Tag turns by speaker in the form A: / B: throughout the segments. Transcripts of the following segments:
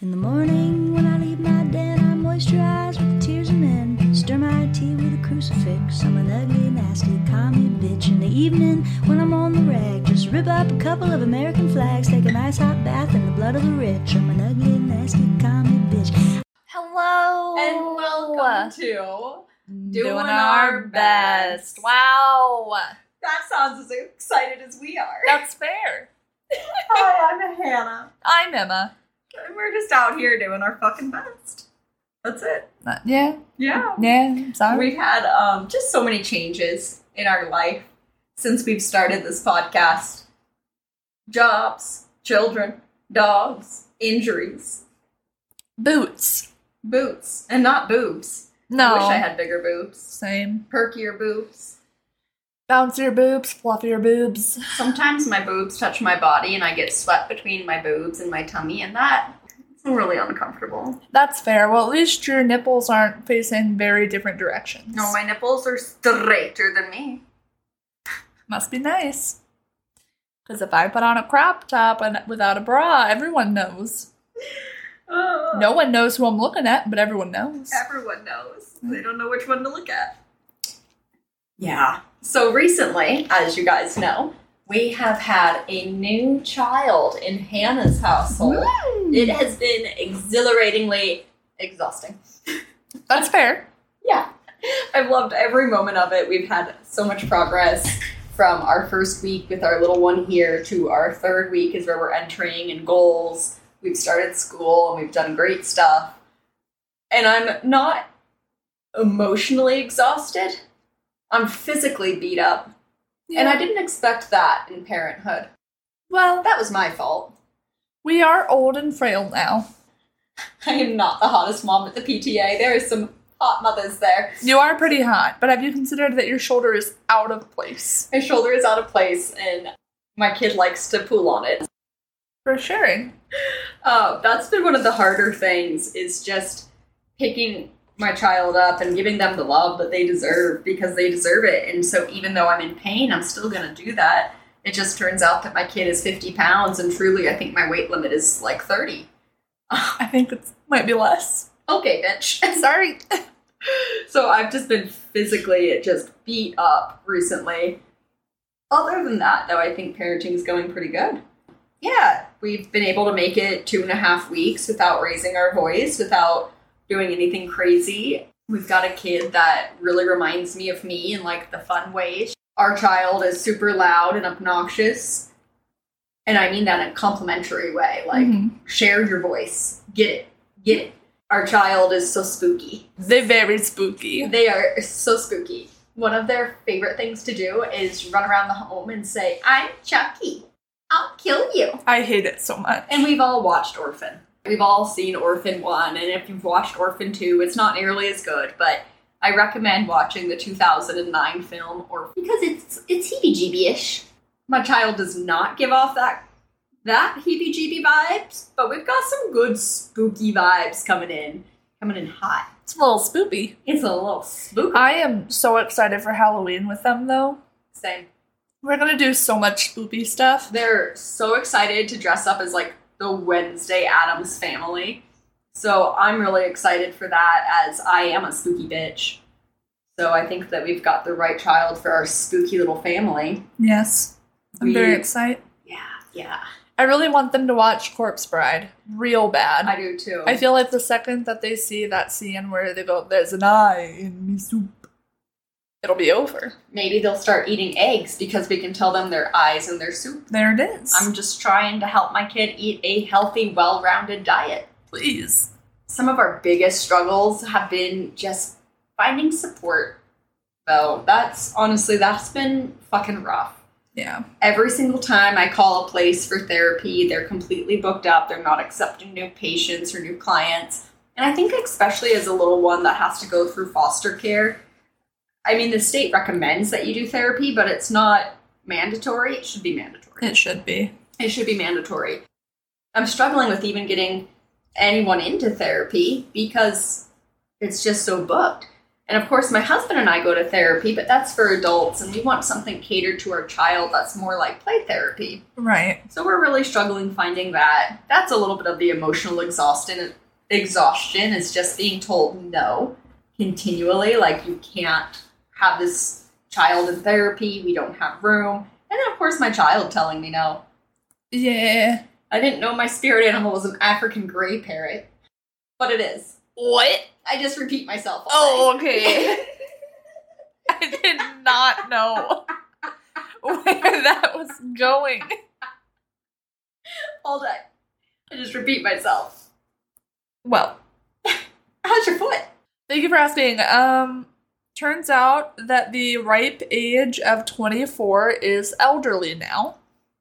A: In the morning when I leave my den, I moisturize with the tears of men. Stir my tea with a crucifix. I'm an ugly, nasty commie bitch. In the evening when I'm on the rag, just rip up a couple of American flags. Take a nice hot bath in the blood of the rich. I'm an ugly, nasty commie bitch. Hello
B: And
C: Oh.
B: welcome to.
A: doing, our best.
B: Wow.
C: That sounds as excited as we are.
B: That's fair.
C: Hi, I'm Hannah.
B: I'm Emma.
C: And we're just out here doing our fucking best. That's it.
B: Uh, yeah.
C: Yeah.
B: Yeah. Sorry.
C: We've had um, just so many changes in our life since we've started this podcast jobs, children, dogs, injuries,
B: Boots.
C: boots, and not boobs.
B: No.
C: I wish I had bigger boobs,
B: Same.
C: perkier boobs.
B: Bouncier boobs, fluffier boobs.
C: Sometimes my boobs touch my body and I get sweat between my boobs and my tummy, and that is really uncomfortable.
B: That's fair. Well, at least your nipples aren't facing very different directions.
C: No, my nipples are straighter than me.
B: Must be nice. Because if I put on a crop top and without a bra, everyone knows. No one knows who I'm looking at, but everyone knows.
C: Everyone knows. They don't know which one to look at. Yeah. So recently, as you guys know, we have had a new child in Hannah's household. It has been exhilaratingly exhausting.
B: That's fair.
C: Yeah. I've loved every moment of it. We've had so much progress from our first week with our little one here to our third week is where we're entering and goals. We've started school and we've done great stuff. And I'm not emotionally exhausted. I'm physically beat up. And I didn't expect that in parenthood.
B: Well,
C: That was my fault.
B: we are old and frail now.
C: I am not the hottest mom at the PTA. There is some hot mothers there.
B: You are pretty hot, but have you considered that your shoulder is out of place?
C: My shoulder is out of place and my kid likes to pull on it.
B: For sure.
C: Uh, that's been one of the harder things is just picking my child up and giving them the love that they deserve because they deserve it. And so even though I'm in pain, I'm still going to do that. It just turns out that my kid is 50 pounds and truly I think my weight limit is like 30.
B: I think it might be less.
C: Okay, bitch.
B: Sorry.
C: so I've just been physically just beat up recently. Other than that, though, I think parenting is going pretty good. Yeah, we've been able to make it two and a half weeks without raising our voice, without doing anything crazy. We've got a kid that really reminds me of me in like the fun way. Our child is super loud and obnoxious. And I mean that in a complimentary way. Like,
B: Mhm.
C: share your voice. Get it. Get it. Our child is so spooky.
B: They're very spooky.
C: They are so spooky. One of their favorite things to do is run around the home and say, I'm Chucky. I'll kill you.
B: I hate it so much.
C: And we've all watched Orphan. We've all seen Orphan 1, and if you've watched Orphan 2, it's not nearly as good, but I recommend watching the 2009 film Orphan because it's it's heebie-jeebie-ish. My child does not give off that that heebie-jeebie vibes, but we've got some good spooky vibes coming in, coming in hot.
B: It's a little spoopy.
C: It's a little spooky.
B: I am so excited for Halloween with them, though.
C: Same.
B: We're gonna do so much spoopy stuff.
C: They're so excited to dress up as like the Wednesday Adams family. So I'm really excited for that as I am a spooky bitch. So I think that we've got the right child for our spooky little family.
B: Yes. I'm
C: We-
B: very excited.
C: Yeah, yeah.
B: I really want them to watch Corpse Bride real bad.
C: I do too.
B: I feel like the second that they see that scene where they go, "There's an eye in me soup," it'll be over.
C: Maybe they'll start eating eggs because we can tell them their eyes and their soup.
B: There it is.
C: I'm just trying to help my kid eat a healthy, well rounded diet.
B: Please.
C: some of our biggest struggles have been just finding support though that's honestly that's been fucking rough
B: Yeah.
C: every single time i call a place for therapy they're completely booked up they're not accepting new patients or new clients and i think especially as a little one that has to go through foster care i mean the state recommends that you do therapy but it's not mandatory it should be mandatory
B: It should be.
C: it should be mandatory. I'm struggling with even getting anyone into therapy because it's just so booked. And of course, my husband and I go to therapy, but that's for adults, and we want something catered to our child that's more like play therapy.
B: Right.
C: So we're really struggling finding that. That's a little bit of the emotional exhaustion. Exhaustion is just being told no continually. Like you can't have this child in therapy. We don't have room. And then of course my child telling me no.
B: Yeah.
C: I didn't know my spirit animal was an African gray parrot, but it is.
B: What?
C: I just repeat myself. all
B: Oh,
C: day.
B: okay. I did not know where that was going.
C: all day. I just repeat myself.
B: Well,
C: How's your foot?
B: Thank you for asking. Um, turns out that the ripe age of 24 is elderly now.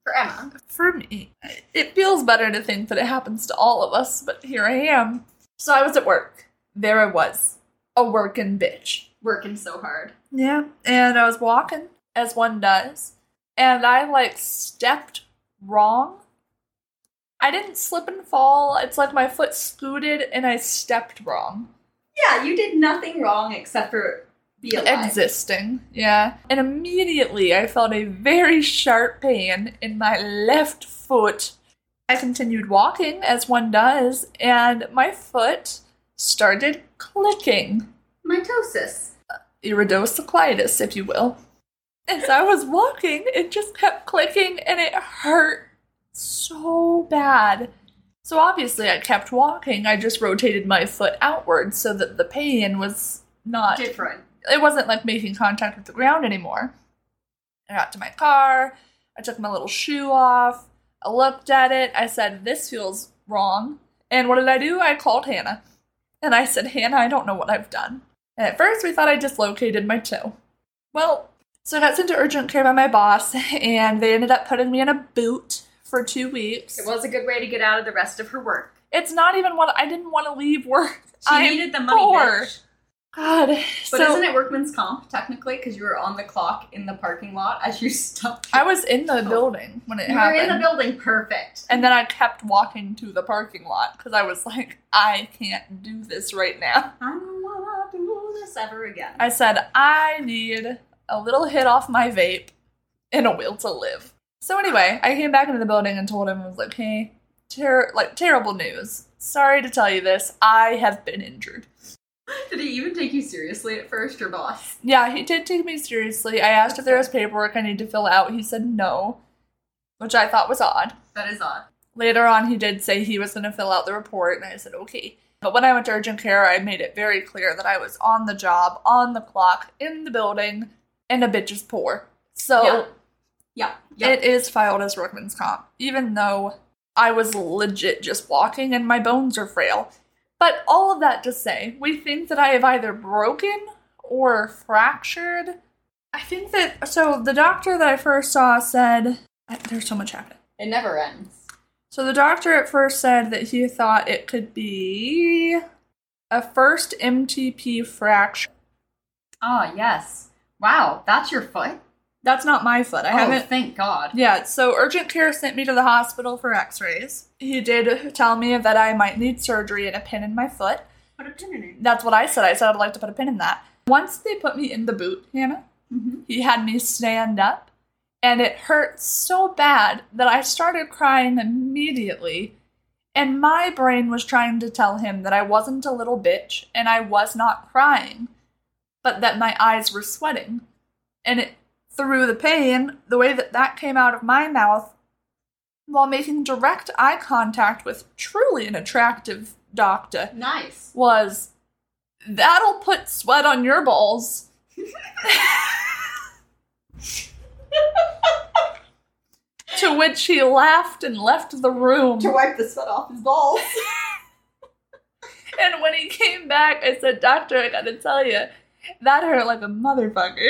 C: For Emma.
B: For me, it feels better to think that it happens to all of us, but here I am. So I was at work. There I was, a working bitch.
C: Working so hard.
B: Yeah, and I was walking, as one does, and I like stepped wrong. I didn't slip and fall. It's like my foot scooted and I stepped wrong.
C: Yeah, you did nothing wrong except for be alive.
B: existing. Yeah. And immediately I felt a very sharp pain in my left foot. I continued walking as one does, and my foot started clicking.
C: Mitosis.
B: Iridocyclitis, if you will. As I was walking, it just kept clicking and it hurt so bad. So obviously, I kept walking. I just rotated my foot outward so that the pain was not
C: Different.
B: it wasn't like making contact with the ground anymore. I got to my car, I took my little shoe off, I looked at it, I said, This feels wrong. And what did I do? I called Hannah. And I said, Hannah, I don't know what I've done. And at first we thought I dislocated my toe. Well, so I got sent to urgent care by my boss, and they ended up putting me in a boot for two weeks.
C: It was a good way to get out of the rest of her work.
B: It's not even what I didn't want to leave work.
C: She
B: I'm
C: needed the money.
B: poor.
C: bitch.
B: God.
C: But
B: so
C: isn't it workman's comp technically? Because you were on the clock in the parking lot as you stopped.
B: I was in the building when it
C: you were
B: happened.
C: in the building. Perfect.
B: And then I kept walking to the parking lot because I was like, I can't do this right now.
C: I don't wanna do this ever again.
B: I said, I need a little hit off my vape and a will to live. So anyway, I came back into the building and told him, I was like, hey, ter- like terrible news. Sorry to tell you this. I have been injured.
C: Did he even take you seriously at first, your boss?
B: Yeah, he did take me seriously. I asked if there was paperwork I need to fill out. He said no, which I thought was odd.
C: That is odd.
B: Later on, he did say he was going to fill out the report, and I said, okay. But when I went to urgent care, I made it very clear that I was on the job, on the clock, in the building, and a bitch is poor. So
C: Yeah. Yeah. Yeah.
B: it is filed as workman's comp, even though I was legit just walking and my bones are frail. But all of that to say, we think that I have either broken or fractured. I think that, so the doctor that I first saw said, there's so much happening.
C: it never ends.
B: So the doctor at first said that he thought it could be a first MTP fracture.
C: Ah, yes. Wow, that's your foot?
B: That's not my foot.
C: Oh.
B: I haven't.
C: thank God.
B: Yeah, so urgent care sent me to the hospital for x rays. He did tell me that I might need surgery and a pin in my foot.
C: Put a pin in it.
B: That's what I said. I said I'd like to put a pin in that. Once they put me in the boot, Hannah,
C: Mm-hmm.
B: he had me stand up, and it hurt so bad that I started crying immediately. And my brain was trying to tell him that I wasn't a little bitch and I was not crying, but that my eyes were sweating. And it, through the pain, the way that that came out of my mouth, while making direct eye contact with truly an attractive doctor,
C: Nice.
B: was that'll put sweat on your balls. to which he laughed and left the room.
C: wipe the sweat off his balls.
B: And when he came back, I said, Doctor, I gotta tell you, that hurt like a motherfucker.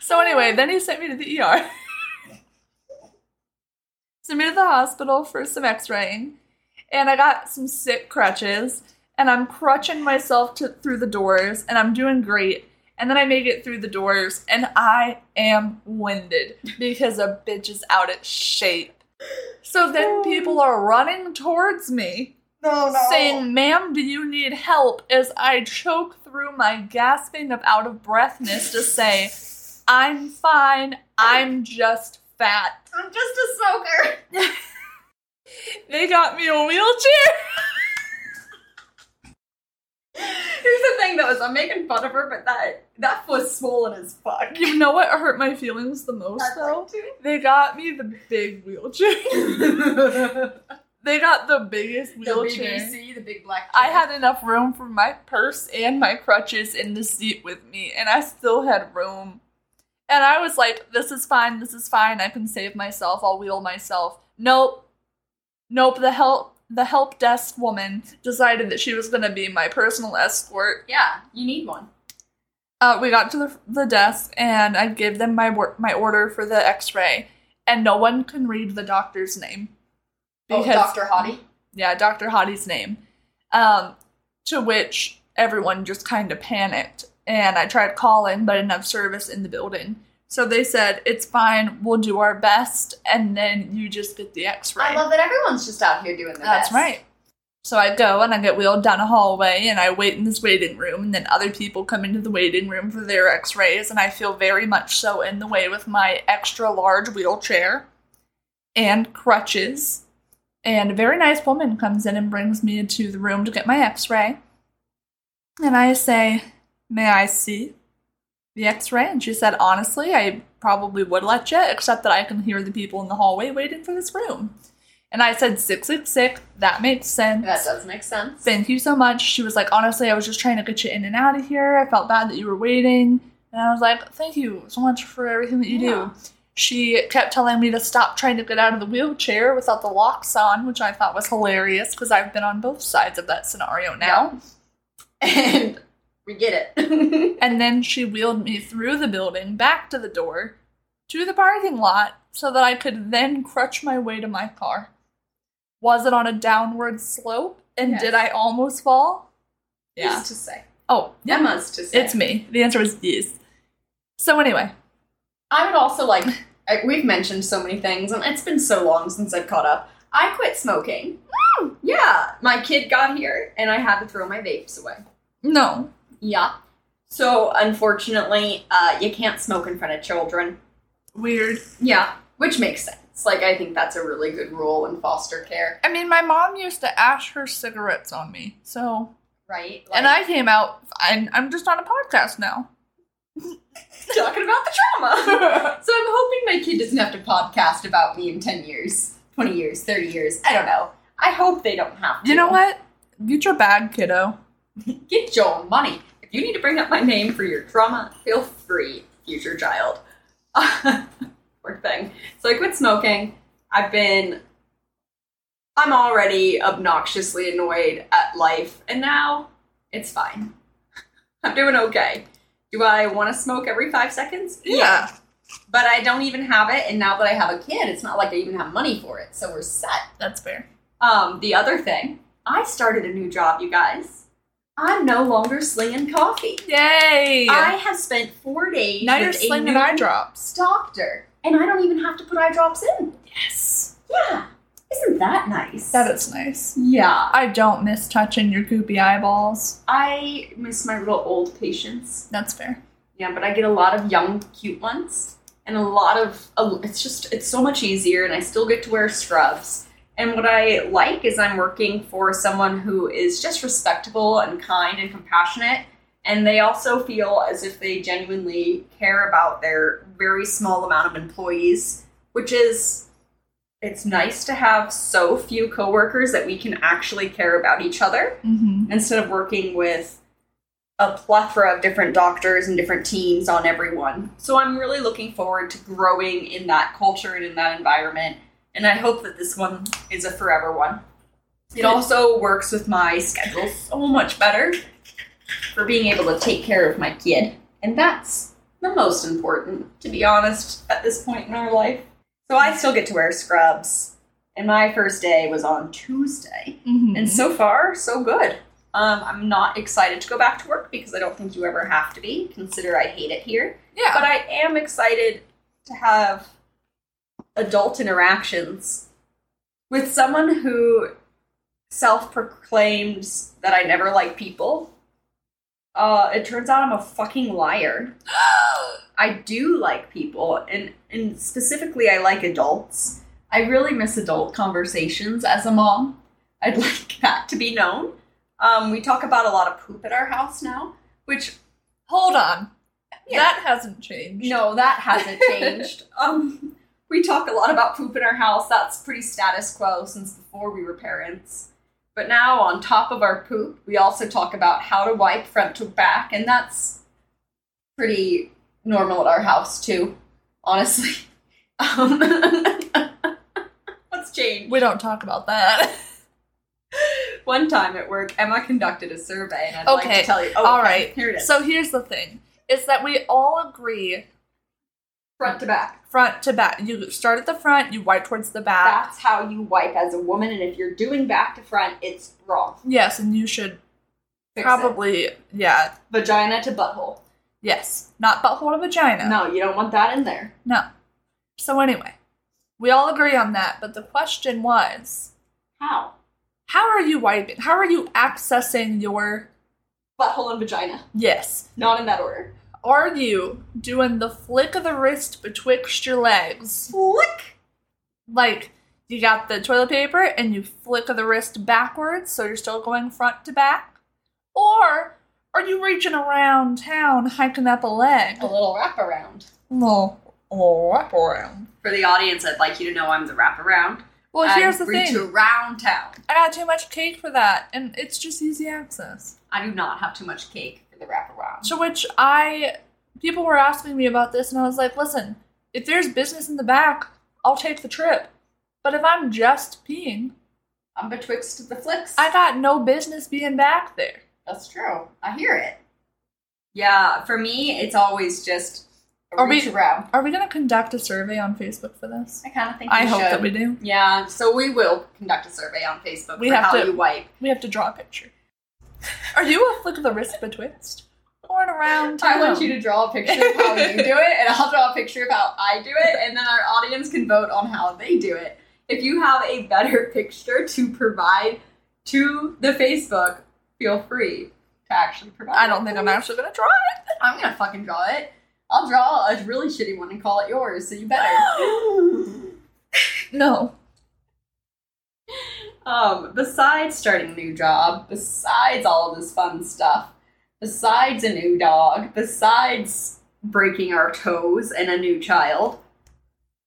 B: so, anyway, then he sent me to the ER. sent me to the hospital for some x raying, and I got some sick crutches, and I'm crutching myself to, through the doors, and I'm doing great. And then I make it through the doors, and I am winded because a Oh. bitch is out of shape. So then people are running towards me
C: No, no.
B: saying, Ma'am, do you need help? as I choke through my gasping of out of breathness to say, I'm fine, I'm just fat.
C: I'm just a smoker.
B: They got me a wheelchair.
C: Here's the thing though, is I'm making fun of her, but that that was swollen as fuck.
B: You know what hurt my feelings the most though? They got me the big wheelchair.
C: the
B: They got the biggest wheelchair.
C: BBC, the big black.
B: I had enough room for my purse and my crutches in the seat with me, and I still had room. And I was like, this is fine, this is fine, I can save myself, I'll wheel myself. Nope. Nope, the help the help desk woman decided that she was gonna be my personal escort.
C: Yeah, you need one.
B: Uh, we got to the, the desk and I gave them my wor- my order for the x-ray and no one can read the doctor's name.
C: oh, Doctor Hottie.
B: yeah, Dr. Hottie's name. Um, to which everyone just kind of panicked. And I tried calling, but I didn't have service in the building. So they said, it's fine, we'll do our best, and then you just get the x ray.
C: I love that everyone's just out here doing their
B: That's
C: best.
B: right. So I go and I get wheeled down a hallway and I wait in this waiting room, and then other people come into the waiting room for their x rays, and I feel very much so in the way with my extra large wheelchair and crutches. And a very nice woman comes in and brings me into the room to get my x ray. And I say, May I see the x ray? And she said, Honestly, I probably would let you, except that I can hear the people in the hallway waiting for this room. And I said, 666, that makes sense.
C: That does make sense.
B: Thank you so much. She was like, Honestly, I was just trying to get you in and out of here. I felt bad that you were waiting. And I was like, Thank you so much for everything that you
C: Yeah.
B: do. She kept telling me to stop trying to get out of the wheelchair without the locks on, which I thought was hilarious because I've been on both sides of that scenario now.
C: and we get it.
B: and then she wheeled me through the building back to the door to the parking lot so that I could then crutch my way to my car. Was it on a downward slope? And
C: Yes.
B: did I almost fall?
C: Who's to say?
B: Oh,
C: Yeah.
B: yeah.
C: to say.
B: It's me. The answer is yes. So anyway,
C: I would also like. I, we've mentioned so many things, and it's been so long since I've caught up. I quit smoking. Yeah, my kid got here, and I had to throw my vapes away.
B: no.
C: Yeah. So unfortunately, uh, you can't smoke in front of children.
B: Weird.
C: Yeah, which makes sense. Like I think that's a really good rule in foster care,
B: I mean, my mom used to ash her cigarettes on me, so.
C: right?
B: and
C: Like,
B: I came out, and I'm just on a podcast now.
C: talking about the trauma. so I'm hoping my kid doesn't have to podcast about me in ten years, twenty years, thirty years. I don't know. I hope they don't have to.
B: You know what? Get your bag, kiddo.
C: Get your money. If you need to bring up my name for your trauma, feel free, future child. Poor thing. So I quit smoking. I've been. I'm already obnoxiously annoyed at life, and now it's fine. I'm doing okay. Do I want to smoke every five seconds? But I don't even have it, and now that I have a kid, it's not like I even have money for it, so we're set.
B: That's fair.
C: Um, the other thing, I started a new job, you guys. I'm no longer slinging coffee.
B: Yay!
C: I have spent four days
B: now
C: with
B: you're
C: a
B: slinging
C: new
B: eye drops.
C: doctor, and I don't even have to put eye drops in.
B: Yes.
C: Yeah, isn't that nice?
B: That is nice.
C: Yeah,
B: I don't miss touching your goopy eyeballs.
C: I miss my little old patients.
B: That's fair.
C: Yeah, but I get a lot of young, cute ones, and a lot of a- it's just it's so much easier, and I still get to wear scrubs. And what I like is I'm working for someone who is just respectable and kind and compassionate, and they also feel as if they genuinely care about their very small amount of employees, which is it's nice to have so few coworkers that we can actually care about each other
B: Mm-hmm.
C: instead of working with a plethora of different doctors and different teams on everyone. So I'm really looking forward to growing in that culture and in that environment. And I hope that this one is a forever one. It also works with my schedule so much better for being able to take care of my kid. And that's the most important, to be honest, at this point in our life. So I still get to wear scrubs. And my first day was on Tuesday.
B: Mm-hmm.
C: And so far, so good. Um, I'm not excited to go back to work because I don't think you ever have to be. Consider I hate it here.
B: yeah.
C: But I am excited to have adult interactions with someone who self proclaims that I never like people. Uh, it turns out I'm a fucking liar. I do like people, and, and specifically, I like adults. I really miss adult conversations as a mom. I'd like that to be known. Um, we talk about a lot of poop at our house now, which,
B: Hold on.
C: Yeah.
B: That hasn't changed.
C: no, that hasn't changed. um, we talk a lot about poop in our house. That's pretty status quo since before we were parents. But now, on top of our poop, we also talk about how to wipe front to back, and that's pretty normal at our house, too, honestly. Um, what's changed?
B: We don't talk about that.
C: One time at work, Emma conducted a survey, and I'd like
B: Okay,
C: to tell you. Oh,
B: all right.
C: Here it is.
B: so here's the thing is that we all agree
C: front to back.
B: front to back. You start at the front, you wipe towards the back.
C: That's how you wipe as a woman, and if you're doing back to front, it's wrong.
B: Yes, and you should
C: Fix it.
B: probably, yeah,
C: vagina to butthole.
B: yes, not butthole to vagina.
C: No, you don't want that in there.
B: No. So anyway, we all agree on that, but the question was,
C: How?
B: how are you wiping? How are you accessing your
C: Butthole and vagina,
B: yes?
C: not in that order.
B: Are you doing the flick of the wrist betwixt your legs?
C: Flick.
B: Like you got the toilet paper and you flick of the wrist backwards, so you're still going front to back? Or are you reaching around town hiking up a leg?
C: A little wraparound.
B: No. Oh, wrap around.
C: For the audience, I'd like you to know I'm the wraparound.
B: Well,
C: I
B: here's the
C: reach
B: thing.
C: around town.
B: I got too much cake for that, and it's just easy access.
C: I do not have too much cake for the wraparound.
B: To which I, people were asking me about this, and I was like, listen, if there's business in the back, I'll take the trip. But if I'm just peeing,
C: I'm betwixt the flicks.
B: I got no business being back there.
C: That's true. I hear it. Yeah, for me, it's always just a
B: Are we-
C: reach around.
B: Are we going to conduct a survey on Facebook for this?
C: I kind of think
B: I
C: we
B: hope
C: should.
B: that we do.
C: Yeah, so we will conduct a survey on Facebook
B: We
C: for
B: have
C: how
B: to-
C: you wipe.
B: We have to draw a picture. Are you a flick of the wrist betwixt or an around town?
C: I want you to draw a picture of how you do it, and I'll draw a picture of how I do it, and then our audience can vote on how they do it. If you have a better picture to provide to the Facebook, feel free to actually provide.
B: I don't
C: it.
B: think I'm actually going to draw it.
C: I'm gonna fucking draw it. I'll draw a really shitty one and call it yours, so you better.
B: No.
C: Um, besides starting a new job, besides all of this fun stuff, besides a new dog, besides breaking our toes and a new child,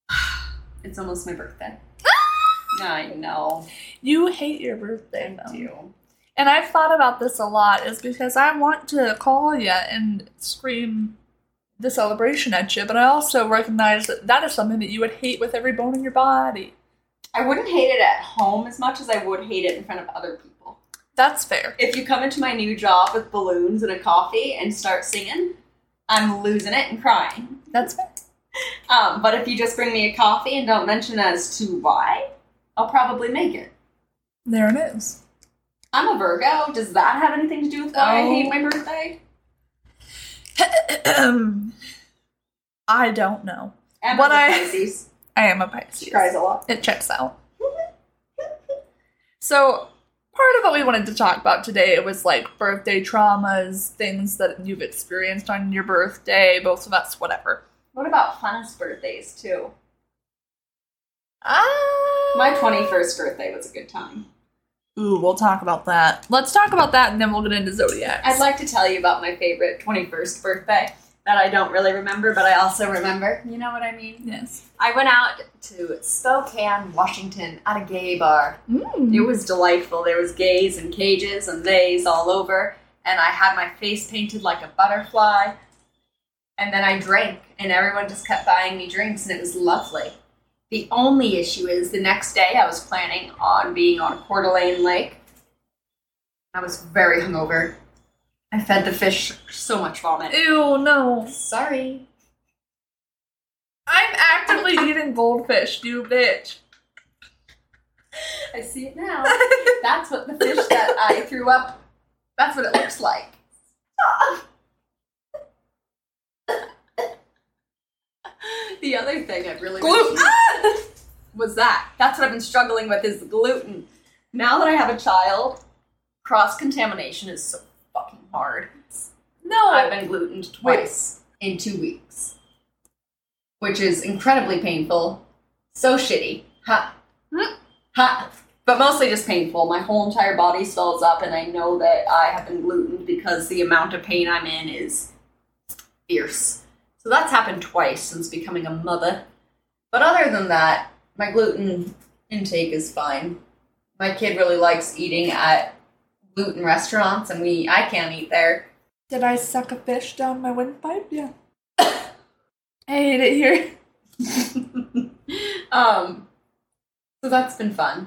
C: it's almost my birthday. I know.
B: You hate your birthday,
C: I
B: though.
C: do.
B: And I've thought about this a lot, is because I want to call you and scream the celebration at you, but I also recognize that that is something that you would hate with every bone in your body.
C: I wouldn't hate it at home as much as I would hate it in front of other people.
B: That's fair.
C: If you come into my new job with balloons and a coffee and start singing, I'm losing it and crying.
B: That's fair.
C: Um, but if you just bring me a coffee and don't mention as to why, I'll probably make it.
B: There it is.
C: I'm a Virgo. Does that have anything to do with why I
B: Oh.
C: hate my birthday?
B: I don't know.
C: Emma's
B: What
C: a
B: I-
C: Pisces.
B: I am a
C: She
B: Pisces.
C: cries a lot.
B: It checks out. So, part of what we wanted to talk about today was like birthday traumas, things that you've experienced on your birthday, both of us, whatever.
C: What about funnest birthdays too?
B: Ah.
C: My 21st birthday was a good time.
B: Ooh, we'll talk about that. Let's talk about that and then we'll get into zodiacs.
C: I'd like to tell you about my favorite 21st birthday that I don't really remember, but I also remember. You know what I mean?
B: yes.
C: I went out to Spokane, Washington, at a gay bar. It
B: Mm.
C: was delightful. There was gays and cages and theys all over, and I had my face painted like a butterfly. And then I drank, and everyone just kept buying me drinks, and it was lovely. The only issue is the next day I was planning on being on Coeur d'Alene Lake. I was very hungover. I fed the fish so much vomit.
B: Ew, no.
C: Sorry.
B: I'm actively eating goldfish, you bitch.
C: I see it now. That's what the fish that I threw up. That's what it looks like. the other thing I really
B: Gluten.
C: wish- was that. That's what I've been struggling with is gluten. Now that I have a child, cross contamination is so fucking hard.
B: No.
C: I've been glutened twice in two weeks, which is incredibly painful. So shitty. Ha. Ha. But mostly just painful. My whole entire body swells up, and I know that I have been glutened because the amount of pain I'm in is fierce. So that's happened twice since becoming a mother. But other than that, my gluten intake is fine. My kid really likes eating at gluten restaurants, and we I can't eat there.
B: Did I suck a fish down my windpipe? Yeah. I hate it here.
C: um, so that's been fun.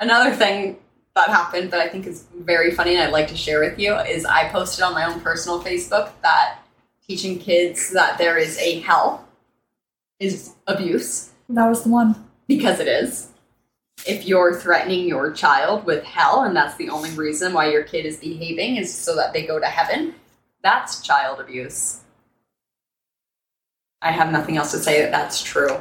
C: Another thing that happened that I think is very funny and I'd like to share with you is I posted on my own personal Facebook that teaching kids that there is a hell is abuse
B: That was the one.
C: because it is. If you're threatening your child with hell and that's the only reason why your kid is behaving is so that they go to heaven, that's child abuse. I have nothing else to say that that's true.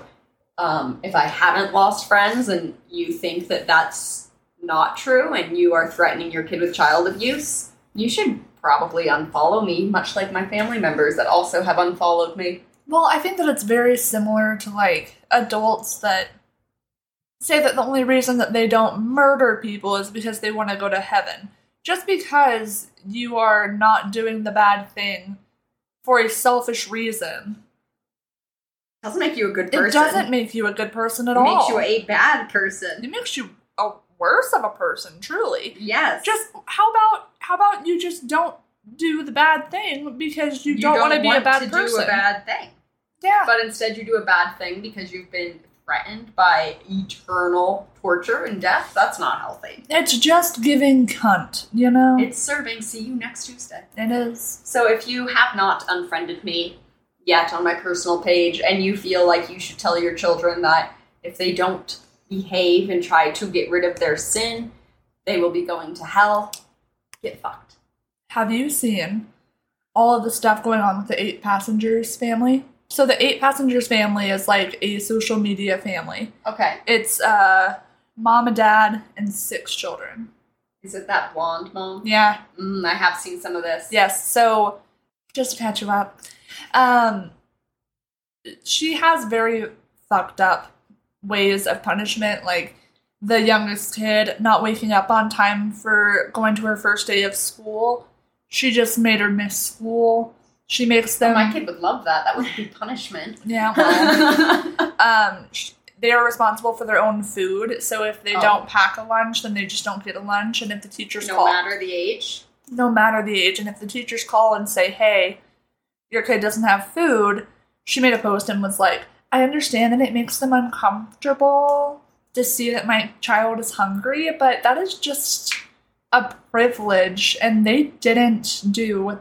C: Um, if I haven't lost friends and you think that that's not true and you are threatening your kid with child abuse, you should probably unfollow me, much like my family members that also have unfollowed me.
B: Well, I think that it's very similar to like adults that say that the only reason that they don't murder people is because they want to go to heaven. Just because you are not doing the bad thing for a selfish reason,
C: Doesn't make you a good person.
B: it doesn't make you a good person at
C: It
B: all.
C: makes you a bad person.
B: it makes you a worse of a person, truly.
C: Yes.
B: just how about how about you just don't do the bad thing because you, don't, want to be a bad
C: to
B: person.
C: Do a bad thing,
B: yeah.
C: but instead you do a bad thing because you've been threatened by eternal torture and death. That's not healthy.
B: it's just giving cunt, you know?
C: It's serving. See you next Tuesday.
B: it is.
C: So if you have not unfriended me yet on my personal page, and you feel like you should tell your children that if they don't behave and try to get rid of their sin, they will be going to hell. Get fucked.
B: Have you seen all of the stuff going on with the eight passengers family? So the eight passengers family is like a social media family.
C: Okay.
B: It's uh mom and dad and six children.
C: Is it that blonde mom?
B: Yeah.
C: Mm, I have seen some of this.
B: Yes. So just to catch you up, um, she has very fucked up ways of punishment, like the youngest kid not waking up on time for going to her first day of school. She just made her miss school. She makes
C: Oh,
B: them.
C: my kid would love that. That would be punishment.
B: yeah. Well,
C: oh,
B: um, sh- they are responsible for their own food. So if they
C: Oh.
B: don't pack a lunch, then they just don't get a lunch. And if the teachers
C: no
B: call,
C: matter the age.
B: no matter the age. And if the teachers call and say, hey, your kid doesn't have food, she made a post and was like, I understand that it makes them uncomfortable to see that my child is hungry, but that is just a privilege, and they didn't do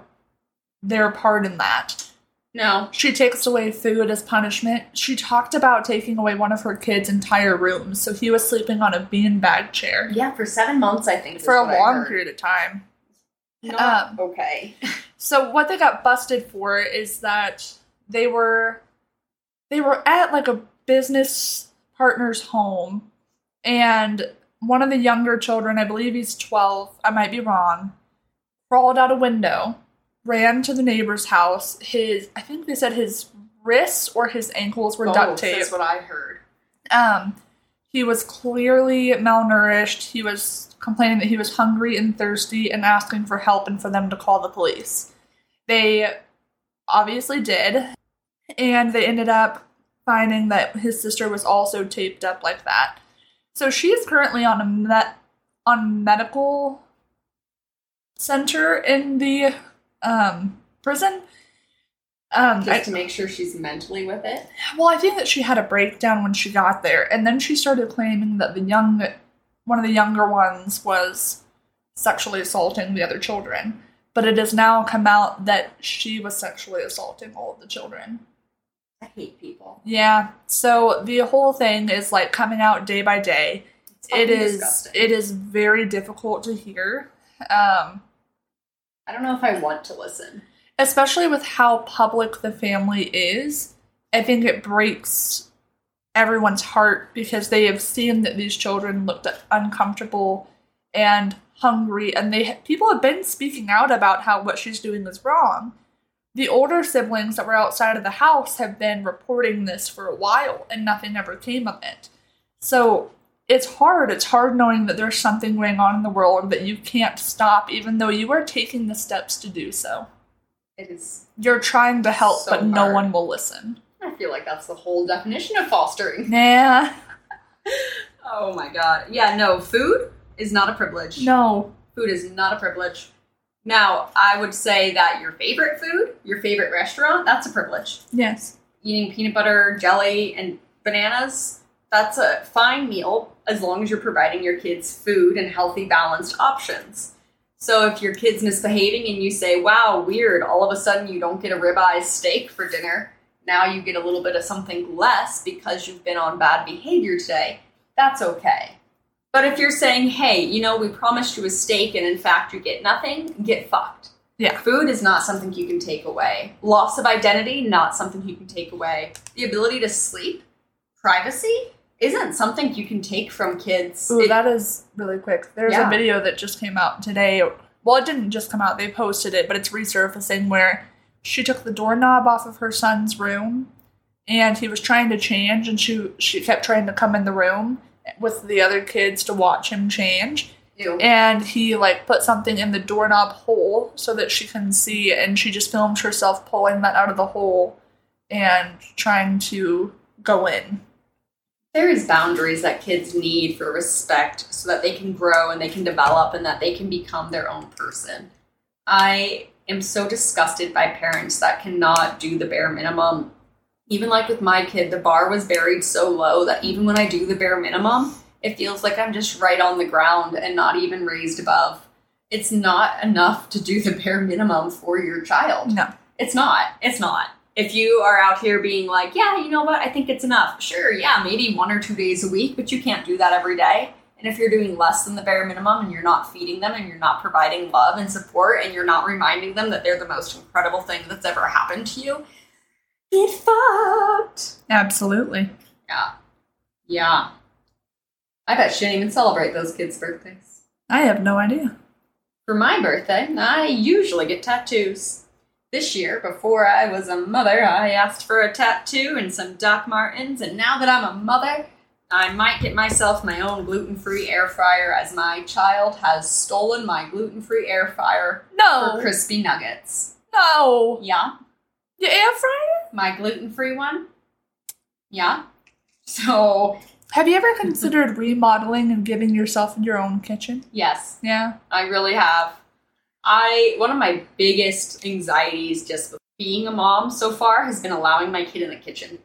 B: their part in that.
C: No.
B: She takes away food as punishment. She talked about taking away one of her kids' entire rooms, so he was sleeping on a beanbag chair
C: Yeah, for seven months, I think. is
B: for a
C: what I
B: long
C: heard.
B: period of time.
C: Not
B: Um,
C: okay.
B: So what they got busted for is that they were they were at like a business partner's home and one of the younger children, I believe he's 12, I might be wrong, crawled out a window, ran to the neighbor's house. His I think they said his wrists or his ankles were duct
C: Both
B: taped.
C: is what I heard.
B: Um, he was clearly malnourished. He was complaining that he was hungry and thirsty and asking for help and for them to call the police. They obviously did, and they ended up finding that his sister was also taped up like that. So she is currently on a met on medical center in the um, prison. Um,
C: Just
B: I-
C: to make sure she's mentally with it.
B: well, I think that she had a breakdown when she got there, and then she started claiming that the young, one of the younger ones, was sexually assaulting the other children. But it has now come out that she was sexually assaulting all of the children.
C: I hate people.
B: Yeah. So the whole thing is like coming out day by day.
C: It's
B: It
C: fucking
B: is.
C: disgusting.
B: It is very difficult to hear. Um,
C: I don't know if I want to listen.
B: especially with how public the family is, I think it breaks everyone's heart because they have seen that these children looked uncomfortable and hungry, and they people have been speaking out about how what she's doing is wrong. The older siblings that were outside of the house have been reporting this for a while, and nothing ever came of it. So it's hard. It's hard knowing that there's something going on in the world that you can't stop, even though you are taking the steps to do so.
C: It is.
B: You're trying to help,
C: So
B: but no
C: hard.
B: one will listen.
C: I feel like that's the whole definition of fostering.
B: Nah,
C: Oh my god. Yeah, no, food is not a privilege.
B: no.
C: Food is not a privilege. Now, I would say that your favorite food, your favorite restaurant, that's a privilege.
B: Yes.
C: Eating peanut butter, jelly, and bananas, that's a fine meal as long as you're providing your kids food and healthy, balanced options. So if your kid's misbehaving and you say, wow, weird, all of a sudden you don't get a ribeye steak for dinner, now you get a little bit of something less because you've been on bad behavior today, that's okay. But if you're saying, hey, you know, we promised you a steak and in fact you get nothing, get fucked.
B: Yeah.
C: Food is not something you can take away. Loss of identity, not something you can take away. The ability to sleep, privacy, isn't something you can take from kids.
B: Ooh,
C: It-
B: that is really quick. There's
C: Yeah.
B: a video that just came out today. Well, it didn't just come out, they posted it, but it's resurfacing where she took the doorknob off of her son's room and he was trying to change and she she kept trying to come in the room with the other kids to watch him change
C: ew.
B: and he like put something in the doorknob hole so that she couldn't see and she just filmed herself pulling that out of the hole and trying to go in
C: There is boundaries that kids need for respect so that they can grow and they can develop and that they can become their own person. I am so disgusted by parents that cannot do the bare minimum. Even like with my kid, the bar was buried so low that even when I do the bare minimum, it feels like I'm just right on the ground and not even raised above. It's not enough to do the bare minimum for your child.
B: no
C: It's not. It's not. If you are out here being like, yeah, you know what, I think it's enough. Sure, yeah, maybe one or two days a week, but you can't do that every day. And if you're doing less than the bare minimum and you're not feeding them and you're not providing love and support and you're not reminding them that they're the most incredible thing that's ever happened to you, get fucked.
B: absolutely
C: Yeah. I bet she didn't even celebrate those kids' birthdays.
B: i have no idea
C: For my birthday, I usually get tattoos. This year, before I was a mother, I asked for a tattoo and some Doc Martens, and now that I'm a mother, I might get myself my own gluten free air fryer as my child has stolen my gluten free air fryer for
B: No,
C: crispy nuggets.
B: no.
C: Yeah,
B: Your air fryer?
C: my gluten free one. Yeah. So,
B: Have you ever considered remodeling and giving yourself your own kitchen?
C: yes,
B: Yeah.
C: I really have. I one of my biggest anxieties just being a mom so far has been allowing my kid in the kitchen.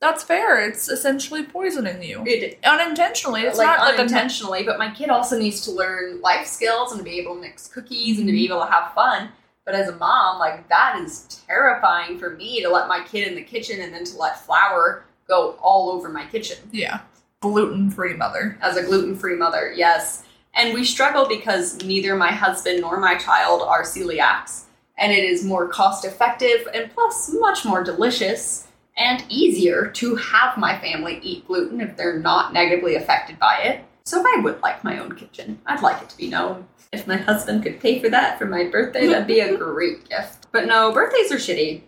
B: That's fair. It's essentially poisoning you.
C: It
B: unintentionally. It's
C: like
B: not like intention.
C: unintentionally, but my kid also needs to learn life skills and to be able to mix cookies and to be able to have fun. But as a mom, like that is terrifying for me to let my kid in the kitchen and then to let flour go all over my kitchen.
B: Yeah. Gluten free mother.
C: as a gluten free mother, yes. And we struggle because neither my husband nor my child are celiacs. And it is more cost effective and plus much more delicious and easier to have my family eat gluten if they're not negatively affected by it. So I would like my own kitchen. I'd like it to be known. If my husband could pay for that for my birthday, that'd be a great gift. But no, birthdays are shitty.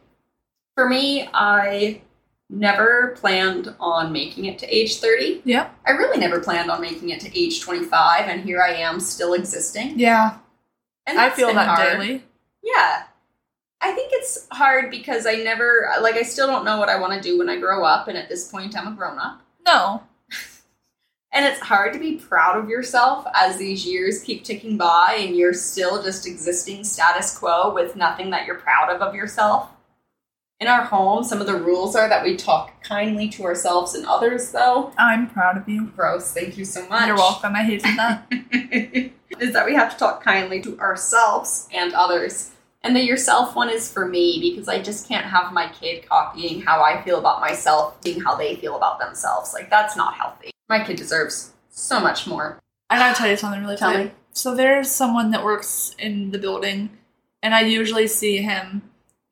C: For me, I never planned on making it to age 30.
B: Yep.
C: I really never planned on making it to age 25, and here I am still existing.
B: Yeah.
C: And
B: I
C: that's
B: feel
C: been
B: that
C: hard.
B: daily.
C: Yeah. I think it's hard because I never, like, I still don't know what I want to do when I grow up, and at this point, I'm a grown up.
B: No.
C: And it's hard to be proud of yourself as these years keep ticking by and you're still just existing status quo with nothing that you're proud of of yourself. In our home, some of the rules are that we talk kindly to ourselves and others, though.
B: I'm proud of you.
C: Gross, thank you so much.
B: You're welcome. I hated that.
C: is that we have to talk kindly to ourselves and others. And the yourself one is for me because I just can't have my kid copying how I feel about myself, being how they feel about themselves. Like, that's not healthy. My kid deserves so much more.
B: I gotta tell you something really
C: Tell
B: funny.
C: me.
B: So there's someone that works in the building, and I usually see him.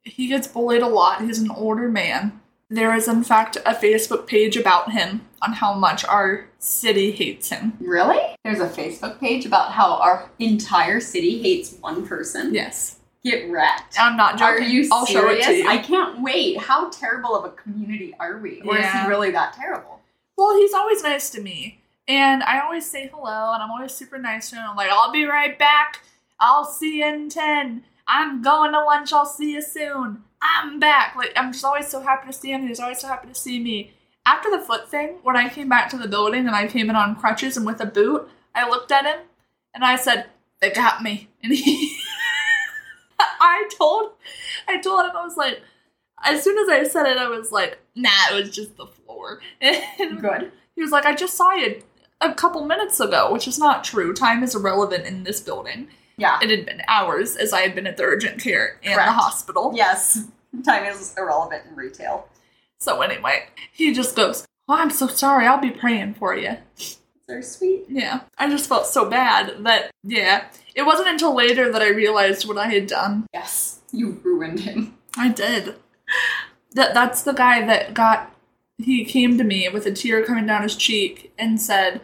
B: He gets bullied a lot. He's an older man. There is, in fact, a Facebook page about him on how much our city hates him.
C: Really? There's a Facebook page about how our entire city hates one person.
B: Yes.
C: Get wrecked.
B: I'm not
C: Hmm. Are
B: joking.
C: you
B: I'll show it
C: serious?
B: to you.
C: I can't wait. How terrible of a community are we? Or is
B: Yeah.
C: he really that terrible?
B: well, he's always nice to me. And I always say hello, and I'm always super nice to him. I'm like, I'll be right back. I'll see you in 10. I'm going to lunch. I'll see you soon. I'm back. Like, I'm just always so happy to see him. and He's always so happy to see me. After the foot thing, when I came back to the building and I came in on crutches and with a boot, I looked at him and I said, They got me. And he. I told, I told him I was like, as soon as I said it, I was like, Nah, it was just the floor. And
C: Good.
B: he was like, I just saw you a couple minutes ago, which is not true. Time is irrelevant in this building.
C: Yeah.
B: It had been hours as I had been at the urgent care and
C: Correct.
B: the hospital.
C: Yes. Time is irrelevant in retail.
B: So anyway, he just goes, "Well, I'm so sorry. I'll be praying for you."
C: They're sweet.
B: Yeah, I just felt so bad that yeah. It wasn't until later that I realized what I had done.
C: Yes. You ruined him.
B: I did. That that's the guy that got he came to me with a tear coming down his cheek and said,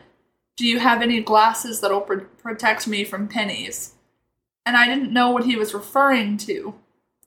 B: "Do you have any glasses that'll pr- protect me from pennies?" And I didn't know what he was referring to.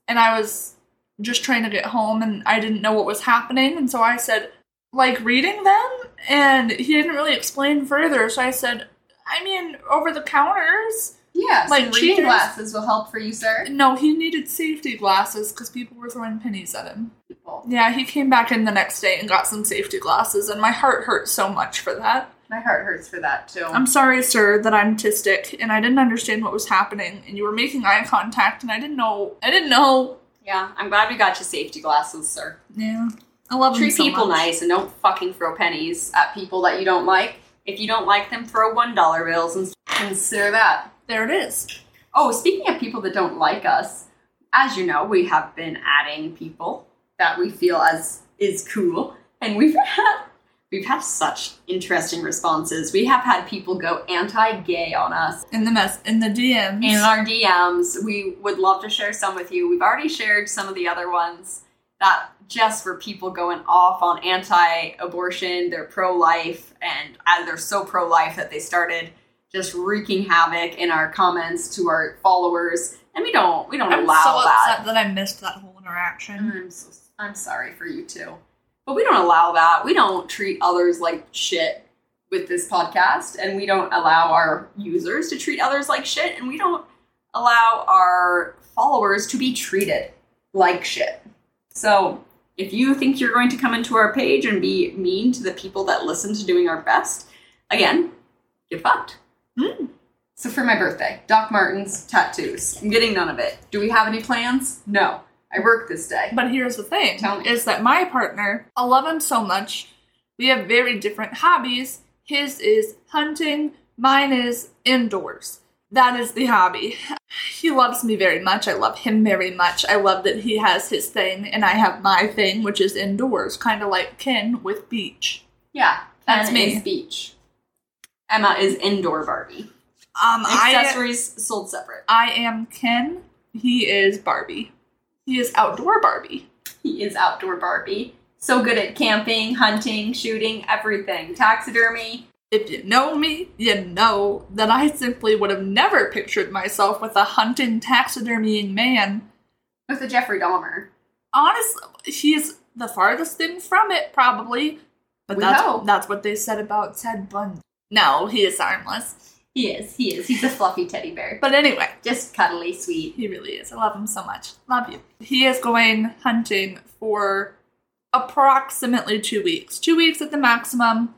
B: And I was just trying to get home and I didn't know what was happening, and so I said, "Like reading them?" And he didn't really explain further, so I said, "I mean, over the counters."
C: Yeah.
B: Like
C: some reading
B: cheaters.
C: glasses will help for you, sir.
B: No, he needed safety glasses cuz people were throwing pennies at him.
C: People.
B: Yeah, he came back in the next day and got some safety glasses, and my heart hurts so much for that.
C: My heart hurts for that too.
B: I'm sorry, sir, that I'm tistic and I didn't understand what was happening, and you were making eye contact, and I didn't know. I didn't know.
C: yeah. I'm glad we got you safety glasses, sir.
B: Yeah, I love him
C: Treat
B: so
C: people
B: much.
C: nice and don't fucking throw pennies at people that you don't like. If you don't like them, throw one dollar bills and consider that.
B: There it is.
C: Oh, speaking of people that don't like us, as you know, we have been adding people that we feel as is cool, and we've had we've had such interesting responses. We have had people go anti-gay on us
B: In the mess, in the DMs.
C: in our DMs. We would love to share some with you. We've already shared some of the other ones that just were people going off on anti abortion, they're pro life, and uh, they're so pro life that they started just wreaking havoc in our comments to our followers. And we don't we don't
B: I'm
C: allow
B: so
C: that.
B: upset that I missed that whole interaction.
C: I'm so I'm sorry for you too. But we don't allow that. We don't treat others like shit with this podcast and we don't allow our users to treat others like shit and we don't allow our followers to be treated like shit. So, if you think you're going to come into our page and be mean to the people that listen to doing our best, again, get fucked. So for my birthday, Doc Martens tattoos. I'm getting none of it. Do we have any plans? No. I work this day.
B: But here's the thing
C: Tell me.
B: is that my partner, I love him so much. We have very different hobbies. His is hunting, mine is indoors. That is the hobby. He loves me very much. I love him very much. I love that he has his thing and I have my thing, which is indoors, kind of like Ken with beach.
C: Yeah,
B: That's
C: Ken
B: me.
C: Is beach. Emma is indoor Barbie.
B: Um, I,
C: Accessories sold separate.
B: I am Ken. He is Barbie. He is outdoor Barbie.
C: He is outdoor Barbie. So good at camping, hunting, shooting, everything. Taxidermy.
B: If you know me, you know that I simply would have never pictured myself with a hunting taxidermying man.
C: With a Jeffrey Dahmer.
B: Honestly, he's the farthest thing from it, probably. But
C: We
B: that's,
C: hope.
B: that's what they said about Ted Bundy. No, he is harmless.
C: He is. He is. He's a fluffy teddy bear.
B: But anyway,
C: Just cuddly, sweet.
B: he really is. I love him so much. Love you. He is going hunting for approximately two weeks. Two weeks at the maximum.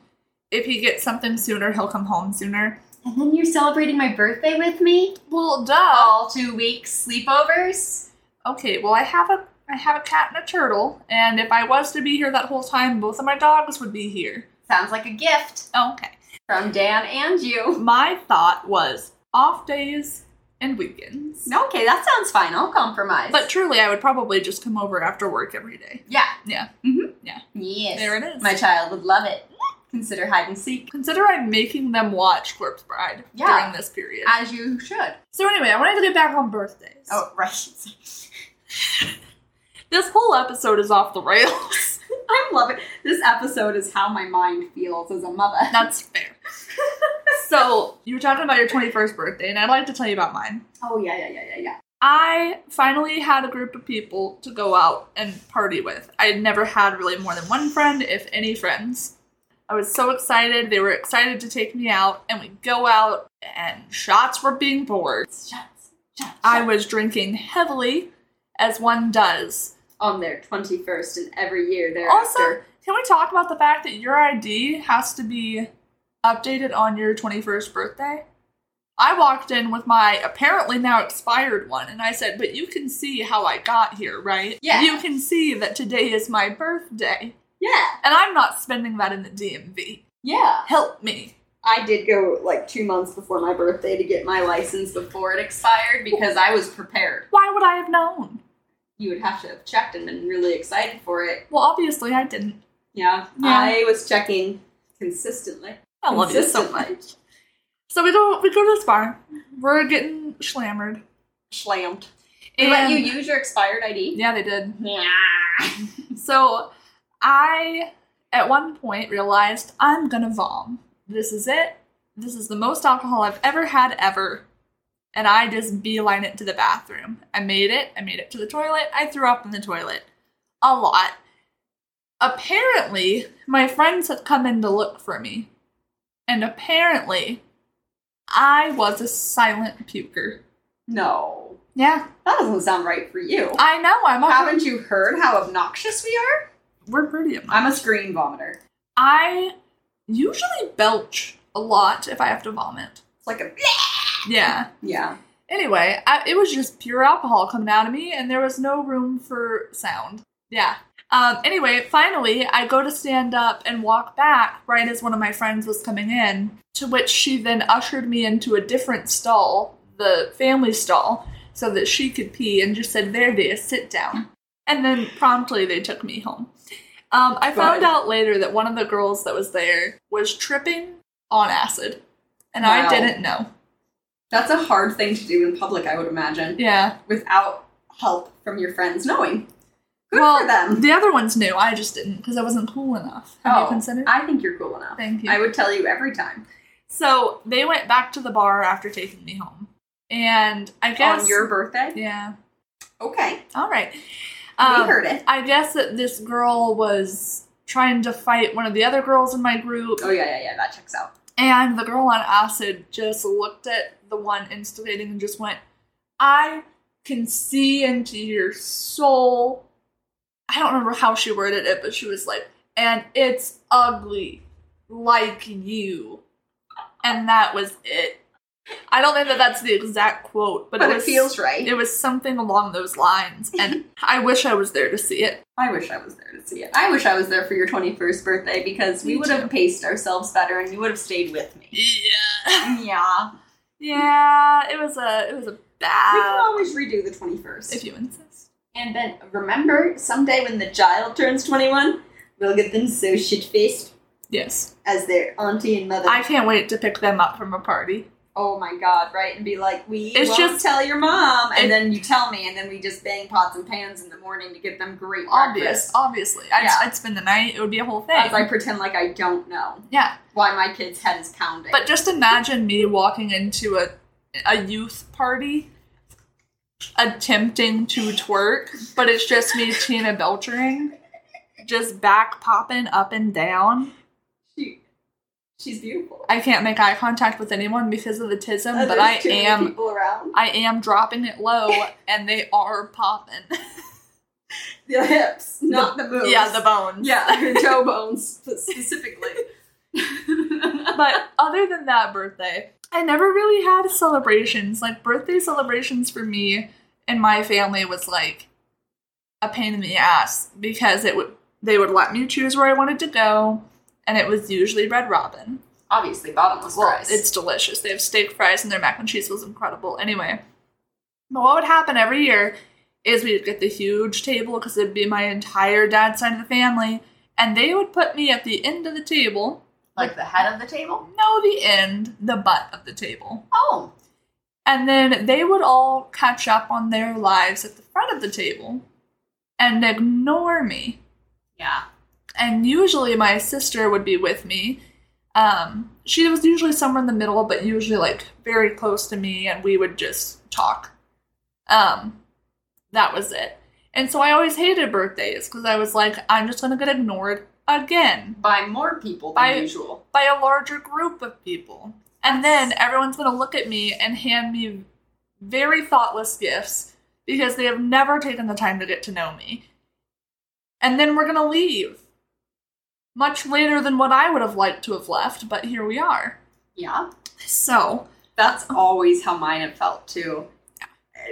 B: If he gets something sooner, he'll come home sooner.
C: And then you're celebrating my birthday with me?
B: Well, duh.
C: All two weeks sleepovers?
B: Okay, well I have a I have a cat and a turtle, and if I was to be here that whole time, both of my dogs would be here.
C: Sounds like a gift
B: Okay.
C: from Dan and you.
B: My thought was off days and weekends.
C: Okay, that sounds fine. I'll compromise.
B: But truly I would probably just come over after work every day.
C: yeah, Mm-hmm.
B: Yeah.
C: yes,
B: There it is.
C: My child would love it. Consider hide and seek
B: Consider I'm making them watch Corpse Bride
C: Yeah.
B: during this period.
C: as you should.
B: so anyway, I wanted to get back on birthdays.
C: Oh, right.
B: This whole episode is off the rails.
C: I'm loving this episode. Is how my mind feels as a mother.
B: That's fair. so you were talking about your 21st birthday, and I'd like to tell you about mine.
C: Oh yeah, yeah, yeah, yeah, yeah.
B: I finally had a group of people to go out and party with. I had never had really more than one friend, if any friends. I was so excited. They were excited to take me out, and we go out, and shots were being poured.
C: Shots, shots,
B: I was drinking heavily, as one does.
C: on their 21st and every year
B: Also,
C: thereafter.
B: can we talk about the fact that your ID has to be updated on your 21st birthday? I walked in with my apparently now expired one and I said, But you can see how I got here, right?
C: Yeah.
B: You can see that today is my birthday.
C: yeah,
B: And I'm not spending that in the DMV.
C: yeah.
B: Help me.
C: I did go like two months before my birthday to get my license before it expired because I was prepared.
B: Why would I have known?
C: You would have to have checked and been really excited for it.
B: Well, obviously I didn't.
C: Yeah,
B: Yeah.
C: I was checking consistently.
B: I love you so
C: Consistently.
B: much. So we go we go to this bar. We're getting slammered.
C: Slammed. They let you use your expired ID?
B: Yeah, they did.
C: Yeah.
B: So I, at one point, realized I'm gonna vom. This is it. This is the most alcohol I've ever had ever. And I just beeline it to the bathroom. I made it. I made it to the toilet. I threw up in the toilet. A lot. Apparently, my friends had come in to look for me. And apparently, I was a silent puker.
C: No.
B: Yeah,
C: That doesn't sound right for you.
B: I know. I'm a,
C: Haven't you heard how obnoxious we are?
B: we're pretty obnoxious.
C: I'm a screen vomiter.
B: I usually belch a lot if I have to vomit.
C: It's like a
B: Yeah.
C: yeah.
B: Anyway, I, it was just pure alcohol coming out of me, and there was no room for sound. Yeah. Um, anyway, finally, I go to stand up and walk back right as one of my friends was coming in, to which she then ushered me into a different stall, the family stall, so that she could pee and just said, There, dear, sit down. And then promptly they took me home. Um, I found
C: Right.
B: out later that one of the girls that was there was tripping on acid, and I
C: Wow.
B: didn't know.
C: That's a hard thing to do in public, I would imagine,
B: Yeah.
C: without help from your friends knowing. Good
B: well,
C: for them. Oh,
B: The other ones knew. I just didn't because I wasn't cool enough. Have you considered?
C: I think you're cool enough.
B: Thank you.
C: I would tell you every time
B: so they went back to the bar after taking me home, and I guess
C: on your birthday.
B: yeah.
C: Okay,
B: All right. Um,
C: we heard it.
B: I guess that this girl was trying to fight one of the other girls in my group,
C: Oh yeah, yeah, yeah. That checks out.
B: and the girl on acid just looked at the one instigating and just went, "I can see into your soul." I don't remember how she worded it, but she was like, and it's ugly like you. And that was it. I don't think that that's the exact quote, but,
C: But
B: it,
C: it
B: was,
C: feels right.
B: It was something along those lines, and I wish I was there to see it.
C: I wish I was there to see it. I wish I was there for your 21st birthday because we
B: Me
C: would have paced ourselves better and you would have stayed with me.
B: Yeah,
C: yeah,
B: yeah. It was a it was a
C: we can
B: bad.
C: always redo the 21st.
B: If you insist.
C: and then remember, someday when the child turns 21, we'll get them so shit faced
B: Yes,
C: as their auntie and mother.
B: I can't wait to pick them up from a party.
C: oh my god, right? And be like, we
B: It's
C: won't
B: just-
C: tell your mom, and
B: it-
C: then you tell me, and then we just bang pots and pans in the morning to get them great
B: Obvious,
C: breakfast.
B: obviously. I'd,
C: Yeah.
B: I'd spend the night. It would be a whole thing.
C: As I pretend like I don't know
B: yeah,
C: why my kid's head is pounding.
B: But just imagine me walking into a a youth party attempting to twerk, but it's just me Tina Belchering, just back popping up and down.
C: she, she's beautiful.
B: I can't make eye contact with anyone because of the tism,
C: Uh,
B: but
C: there's
B: I
C: too many
B: am
C: people around.
B: I am dropping it low and they are popping.
C: The hips, not the, moves.
B: yeah, the bones.
C: yeah, her toe bones sp- specifically.
B: but other than that birthday, I never really had celebrations. Like birthday celebrations for me and my family was like a pain in the ass because it would they would let me choose where I wanted to go, and it was usually Red Robin.
C: Obviously, bottomless
B: Well,
C: fries.
B: it's delicious. They have steak fries, and their mac and cheese was incredible. Anyway, but what would happen every year is we'd get the huge table because it'd be my entire dad's side of the family, and they would put me at the end of the table.
C: like the head of the table.
B: No, the end, the butt of the table.
C: Oh,
B: And then they would all catch up on their lives at the front of the table and ignore me.
C: yeah.
B: and usually my sister would be with me. Um, she was usually somewhere in the middle, but usually like very close to me, and we would just talk. Um, that was it. And so I always hated birthdays because I was like, I'm just gonna get ignored again
C: by more people than
B: By-
C: usual.
B: by a larger group of people. And then everyone's going to look at me and hand me very thoughtless gifts because they have never taken the time to get to know me. And then we're going to leave. Much later than what I would have liked to have left, but here we are.
C: Yeah.
B: So,
C: That's always how mine have felt too.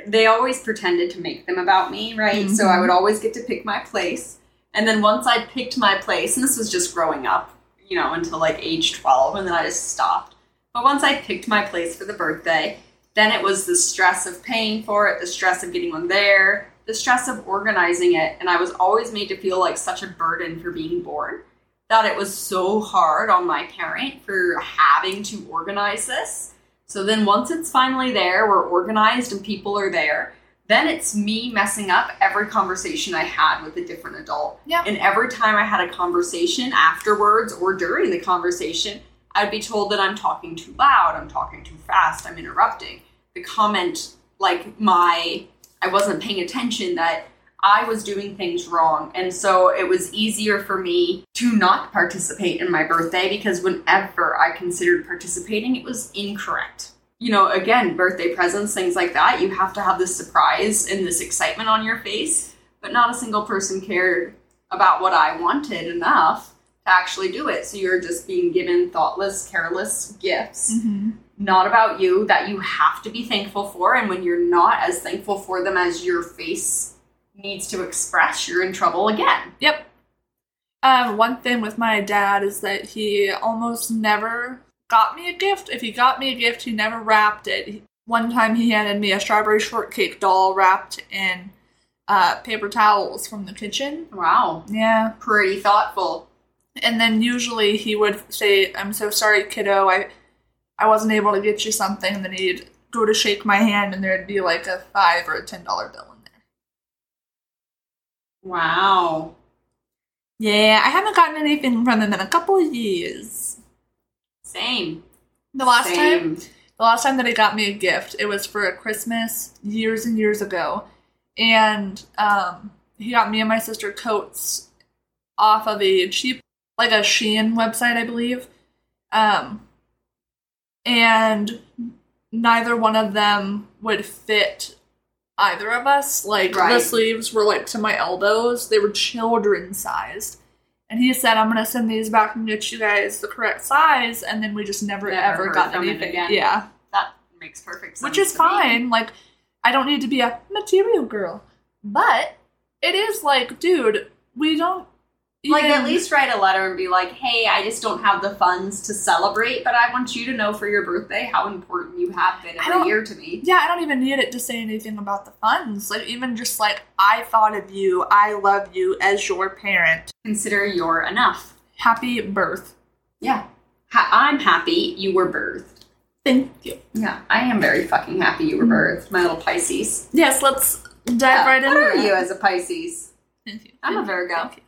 C: They always pretended to make them about me, right? So I would always get to pick my place. And then once I picked my place, and this was just growing up, you know, until like age 12, and then I just stopped. But once I picked my place for the birthday, then it was the stress of paying for it, the stress of getting one there, the stress of organizing it. And I was always made to feel like such a burden for being born that it was so hard on my parent for having to organize this. So then once it's finally there, we're organized and people are there, then it's me messing up every conversation I had with a different adult.
B: Yeah.
C: And every time I had a conversation afterwards or during the conversation, I'd be told that I'm talking too loud, I'm talking too fast, I'm interrupting. The comment like my I wasn't paying attention that I was doing things wrong. And so it was easier for me to not participate in my birthday because whenever I considered participating, it was incorrect. You know, again, birthday presents, things like that, you have to have this surprise and this excitement on your face, but not a single person cared about what I wanted enough to actually do it. So you're just being given thoughtless, careless gifts
B: Mm-hmm.
C: not about you that you have to be thankful for. And when you're not as thankful for them as your face needs to express, you're in trouble again.
B: Yep. Um, one thing with my dad is that he almost never got me a gift. If he got me a gift, he never wrapped it. He- One time he handed me a strawberry shortcake doll wrapped in uh, paper towels from the kitchen.
C: Wow.
B: Yeah.
C: Pretty thoughtful.
B: And then usually he would say, I'm so sorry, kiddo. I, I wasn't able to get you something. And then he'd go to shake my hand, and there'd be like a 5 or a $10 bill in there.
C: Wow.
B: Yeah, I haven't gotten anything from him in a couple of years.
C: Same.
B: The last time
C: Same.
B: The last time that he got me a gift, it was for a Christmas years and years ago, and um, he got me and my sister coats off of a cheap, like a Shein website, I believe. Um, and neither one of them would fit either of us. Like the
C: Right.
B: sleeves were like to my elbows; they were children sized. And he said, "I'm gonna send these back and get you guys the correct size." And then we just never,
C: Never
B: ever
C: heard
B: got
C: from him
B: anything.
C: again.
B: Yeah,
C: That makes perfect sense.
B: which is
C: to me.
B: fine. Like, I don't need to be a material girl, but it is like, dude, we don't
C: Like,
B: even-
C: at least write a letter and be like, hey, I just don't have the funds to celebrate, but I want you to know for your birthday how important you have been
B: I don't-
C: every year to me.
B: Yeah, I don't even need it to say anything about the funds. Like, even just like, I thought of you, I love you as your parent.
C: Consider you're enough.
B: Happy birth.
C: Yeah. Ha- I'm happy you were birthed.
B: Thank you.
C: Yeah, I am very fucking happy you were birthed, my little Pisces.
B: Yes, let's dive right into
C: what are
B: that.
C: you as a Pisces?
B: Thank you.
C: I'm a Virgo.
B: Thank you.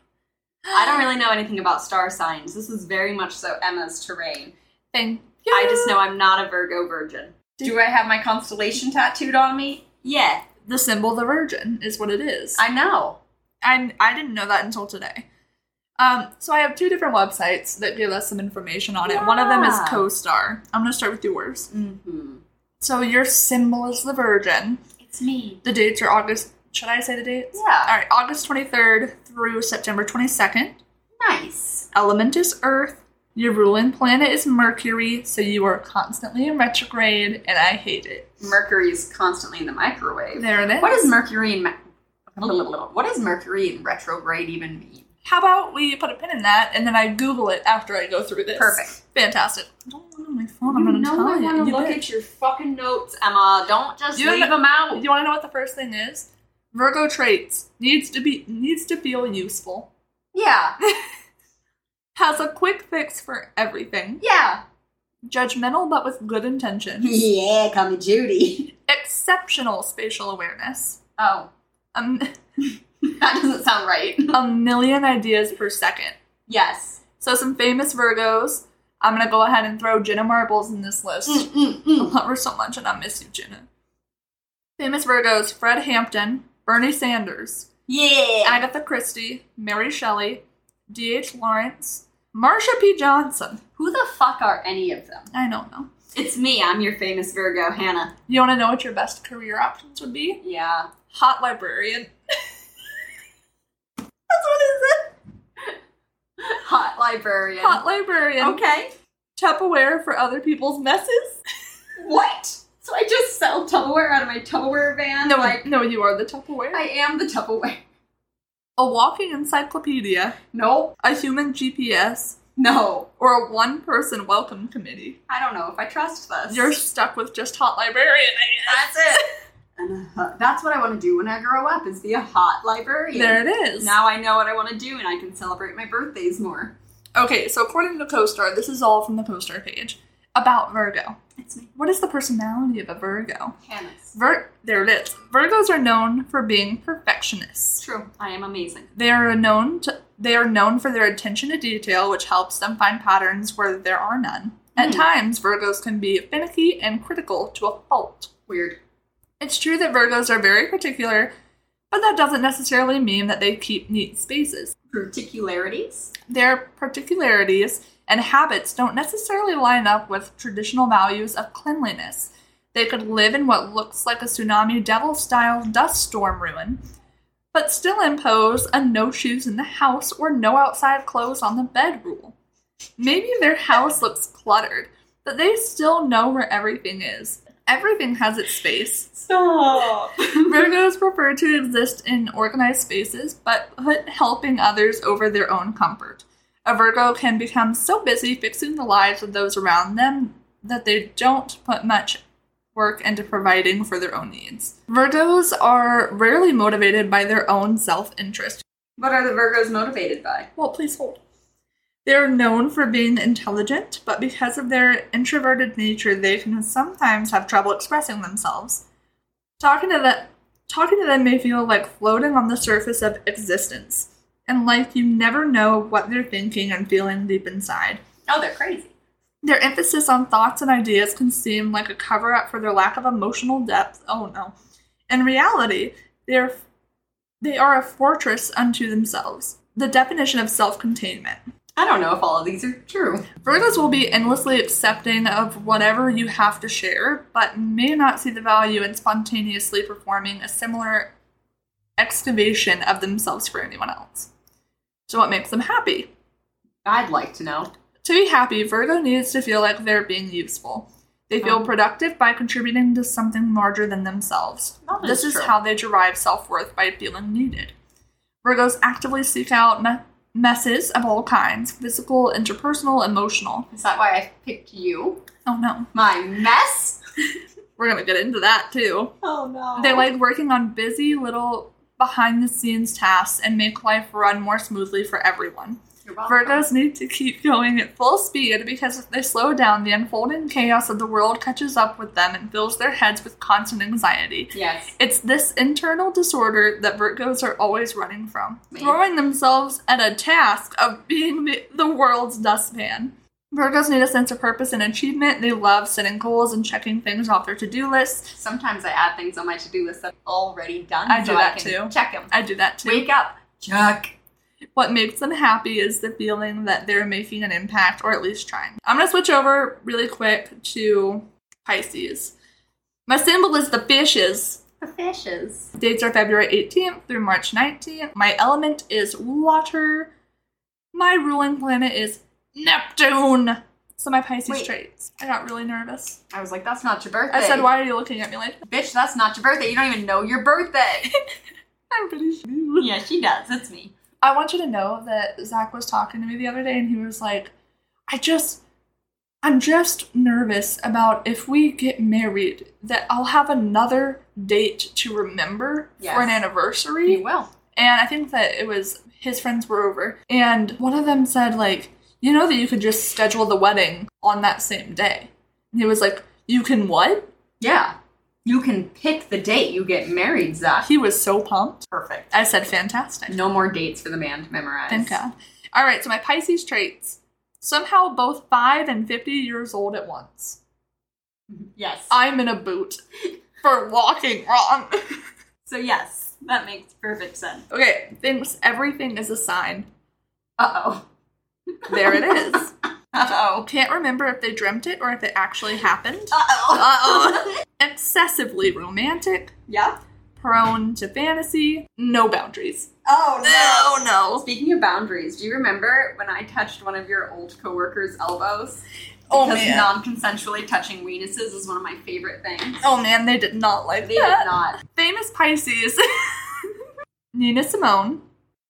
C: I don't really know anything about star signs. This is very much so Emma's terrain.
B: Thank you.
C: I just know I'm not a Virgo virgin. Do I have my constellation tattooed on me? Yeah,
B: the symbol of the virgin is what it is.
C: I know.
B: I, I didn't know that until today. Um, so I have two different websites that give us some information on it. One of them is
C: Yeah.
B: CoStar. I'm going to start with yours.
C: Mm-hmm.
B: So your symbol is the Virgin.
C: It's me.
B: The dates are August. Should I say the dates? All
C: Yeah,
B: right, August 23rd through September 22nd.
C: nice.
B: Element is Earth. Your ruling planet is Mercury, so you are constantly in retrograde, and I hate it.
C: Mercury is constantly in the microwave.
B: There it is.
C: What is Mercury in? Ma- what does Mercury in retrograde even mean?
B: How about we put a pin in that, and then I Google it after I go through this.
C: Perfect.
B: Fantastic. I don't want it on my phone. I'm
C: You
B: going to
C: know
B: tell
C: I
B: you.
C: want to
B: you
C: look
B: bitch.
C: at your fucking notes, Emma. Don't just
B: You
C: leave
B: know-
C: them out.
B: You want to know what the first thing is? Virgo traits needs to be needs to feel useful.
C: Yeah,
B: Has a quick fix for everything.
C: yeah.
B: Judgmental but with good intentions.
C: Yeah, come Judy.
B: Exceptional spatial awareness.
C: Oh,
B: Um,
C: that doesn't sound right.
B: a million ideas per second.
C: Yes.
B: So some famous Virgos. I'm gonna go ahead and throw Jenna Marbles in this list.
C: Mm, mm, mm.
B: I love her so much, and I miss you, Jenna. Famous Virgos: Fred Hampton, Bernie Sanders,
C: Yeah.
B: Agatha Christie, Mary Shelley, D.H. Lawrence, Marsha P. Johnson.
C: Who the fuck are any of them?
B: I don't know.
C: It's me. I'm your famous Virgo, Hannah.
B: You want to know what your best career options would be?
C: Yeah.
B: Hot librarian. That's what it
C: Hot librarian.
B: is. Hot librarian.
C: okay.
B: Tupperware for other people's messes.
C: What? So I just sell Tupperware out of my Tupperware van?
B: No,
C: like
B: no, you are the Tupperware.
C: I am the Tupperware.
B: A walking encyclopedia,
C: Nope.
B: a human GPS,
C: No.
B: or a one-person welcome committee.
C: I don't know if I trust this.
B: You're stuck with just hot librarian.
C: That's it. And, uh, that's what I want to do when I grow up is be a hot librarian.
B: There it is.
C: Now I know what I want to do and I can celebrate my birthdays more.
B: Okay, so according to CoStar, this is all from the CoStar page about Virgo.
C: It's me.
B: What is the personality of a Virgo?
C: Hannah's.
B: Vir- there it is. Virgos are known for being perfectionists.
C: True. I am amazing.
B: They are known to, they are known for their attention to detail, which helps them find patterns where there are none. At
C: Hmm.
B: times, Virgos can be finicky and critical to a fault.
C: Weird.
B: It's true that Virgos are very particular, but that doesn't necessarily mean that they keep neat spaces.
C: Particularities?
B: Their particularities and habits don't necessarily line up with traditional values of cleanliness. They could live in what looks like a tsunami devil style dust storm ruin, but still impose a no shoes in the house or no outside clothes on the bed rule. Maybe their house looks cluttered, but they still know where everything is. Everything has its space.
C: Stop.
B: Virgos prefer to exist in organized spaces, but put helping others over their own comfort. A Virgo can become so busy fixing the lives of those around them that they don't put much work into providing for their own needs. Virgos are rarely motivated by their own self interest.
C: what are the Virgos motivated by?
B: Well, please hold. They're known for being intelligent, but because of their introverted nature, they can sometimes have trouble expressing themselves. Talking to them, talking to them may feel like floating on the surface of existence, and like you never know what they're thinking and feeling deep inside.
C: Oh, they're crazy.
B: Their emphasis on thoughts and ideas can seem like a cover up for their lack of emotional depth. Oh no. In reality, they're they are a fortress unto themselves. The definition of self-containment.
C: I don't know if all of these are true.
B: Virgos will be endlessly accepting of whatever you have to share, but may not see the value in spontaneously performing a similar excavation of themselves for anyone else. So, what makes them happy?
C: I'd like to know.
B: To be happy, Virgo needs to feel like they're being useful. They feel
C: Um.
B: productive by contributing to something larger than themselves.
C: That
B: This
C: is
B: is
C: true.
B: how they derive self worth by feeling needed. Virgos actively seek out me- messes of all kinds physical, interpersonal, emotional.
C: Is that why I picked you?
B: Oh no,
C: My mess?
B: we're gonna get into that too.
C: Oh no.
B: They like working on busy little behind the scenes tasks and make life run more smoothly for everyone.
C: You're welcome.
B: Virgos need to keep going at full speed because if they slow down, the unfolding chaos of the world catches up with them and fills their heads with constant anxiety.
C: Yes.
B: It's this internal disorder that Virgos are always running from,
C: Me.
B: throwing themselves at a task of being the- the world's dustpan. Virgos need a sense of purpose and achievement. They love setting goals and checking things off their to do lists.
C: Sometimes I add things on my to-do list that are already done.
B: I do
C: so
B: that
C: I can
B: too.
C: Check them.
B: I do that too.
C: Wake up. Check.
B: What makes them happy is the feeling that they're making an impact or at least trying. I'm going to switch over really quick to Pisces. My symbol is the fishes.
C: The fishes.
B: Dates are February 18th through March 19th. My element is water. My ruling planet is Neptune. So my Pisces
C: Wait.
B: traits. I got really nervous.
C: I was like, that's not your birthday.
B: I said, why are you looking at me like that?
C: Bitch, that's not your birthday. You don't even know your birthday.
B: I'm pretty sure.
C: yeah, she does. It's me.
B: I want you to know that Zach was talking to me the other day and he was like, I just, I'm just nervous about if we get married, that I'll have another date to remember
C: Yes.
B: for an anniversary.
C: You will.
B: And I think that it was his friends were over. And one of them said, like, you know that you could just schedule the wedding on that same day. And he was like, you can what?
C: Yeah. You can pick the date you get married, Zach.
B: He was so pumped.
C: Perfect.
B: I said, fantastic.
C: No more dates for the man to memorize.
B: Thank God. All right, so my Pisces traits somehow both 5 and 50 years old at once.
C: Yes.
B: I'm in a boot for walking wrong.
C: so yes, that makes perfect sense.
B: Okay, thinks everything is a sign.
C: Uh oh.
B: There it is.
C: Uh oh.
B: Can't remember if they dreamt it or if it actually happened.
C: Uh oh.
B: Uh-oh. Excessively romantic,
C: yeah.
B: prone to fantasy, no boundaries.
C: Oh no.
B: no.
C: Speaking of boundaries, do you remember when I touched one of your old coworkers' elbows?
B: Oh,
C: because
B: man.
C: non-consensually touching weenuses is one of my favorite things.
B: Oh man, they did not like
C: They did
B: that.
C: not.
B: Famous Pisces. Nina Simone,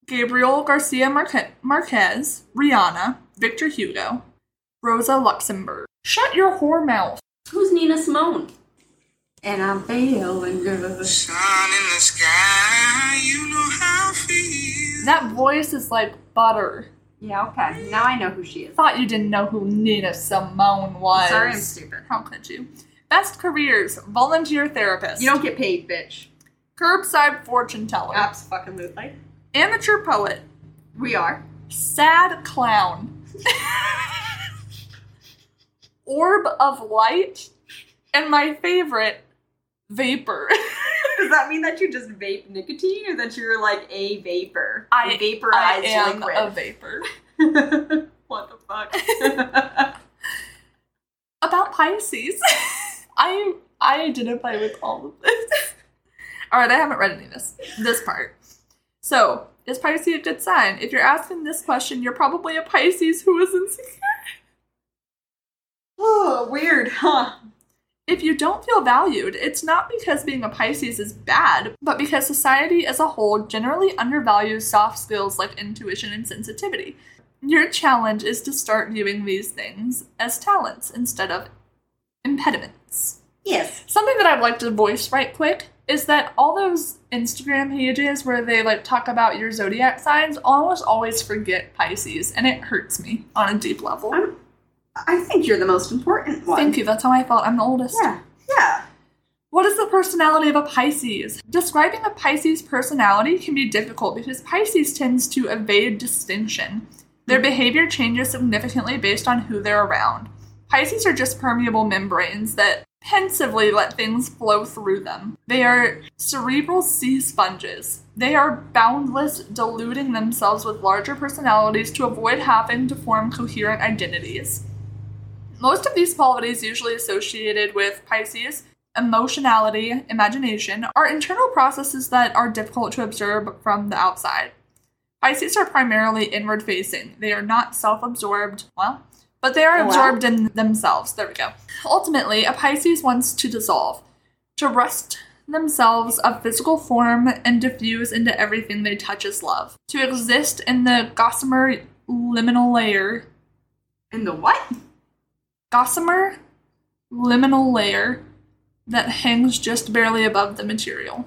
B: Gabriel Garcia Marque- Marquez, Rihanna, Victor Hugo, Rosa Luxemburg. Shut your whore mouth.
C: Who's Nina Simone? And I'm feeling good.
D: Sun in the sky, Ah, you know how I feel.
B: That voice is like butter.
C: Yeah, okay. Now I know who she is.
B: Thought you didn't know who Nina Simone was.
C: Sorry, I'm stupid.
B: How could you? Best careers, volunteer therapist.
C: You don't get paid, bitch.
B: curbside fortune teller,
C: Absolutely.
B: amateur poet,
C: We are.
B: sad clown, orb of light, and my favorite, vapor.
C: Does that mean that you just vape nicotine or that you're like a vapor?
B: I-
C: A
B: I
C: vaporized
B: am a
C: liquid.
B: vapor.
C: what the fuck?
B: About Pisces, I I identify with all of this. All right, I haven't read any of this this part. So, is Pisces a good sign? If you're asking this question, you're probably a Pisces who is insecure.
C: oh, weird, huh?
B: If you don't feel valued, it's not because being a Pisces is bad, but because society as a whole generally undervalues soft skills like intuition and sensitivity. Your challenge is to start viewing these things as talents instead of impediments.
C: Yes.
B: Something that I'd like to voice right quick is that all those Instagram pages where they like talk about your zodiac signs almost always forget Pisces, and it hurts me on a deep level.
C: I'm- I think you're the most important one.
B: Thank you, that's how I felt. I'm the oldest.
C: Yeah. Yeah.
B: What is the personality of a Pisces? Describing a Pisces personality can be difficult because Pisces tends to evade distinction. Their behavior changes significantly based on who they're around. Pisces are just permeable membranes that pensively let things flow through them. They are cerebral sea sponges. They are boundless, diluting themselves with larger personalities to avoid having to form coherent identities. Most of these qualities, usually associated with Pisces, emotionality, imagination, are internal processes that are difficult to observe from the outside. Pisces are primarily inward facing. They are not self absorbed, well, but they are
C: Oh, wow.
B: absorbed in themselves. There we go. Ultimately, a Pisces wants to dissolve, to rust themselves of physical form and diffuse into everything they touch as love, to exist in the gossamer liminal layer
C: And the what?
B: gossamer liminal layer that hangs just barely above the material.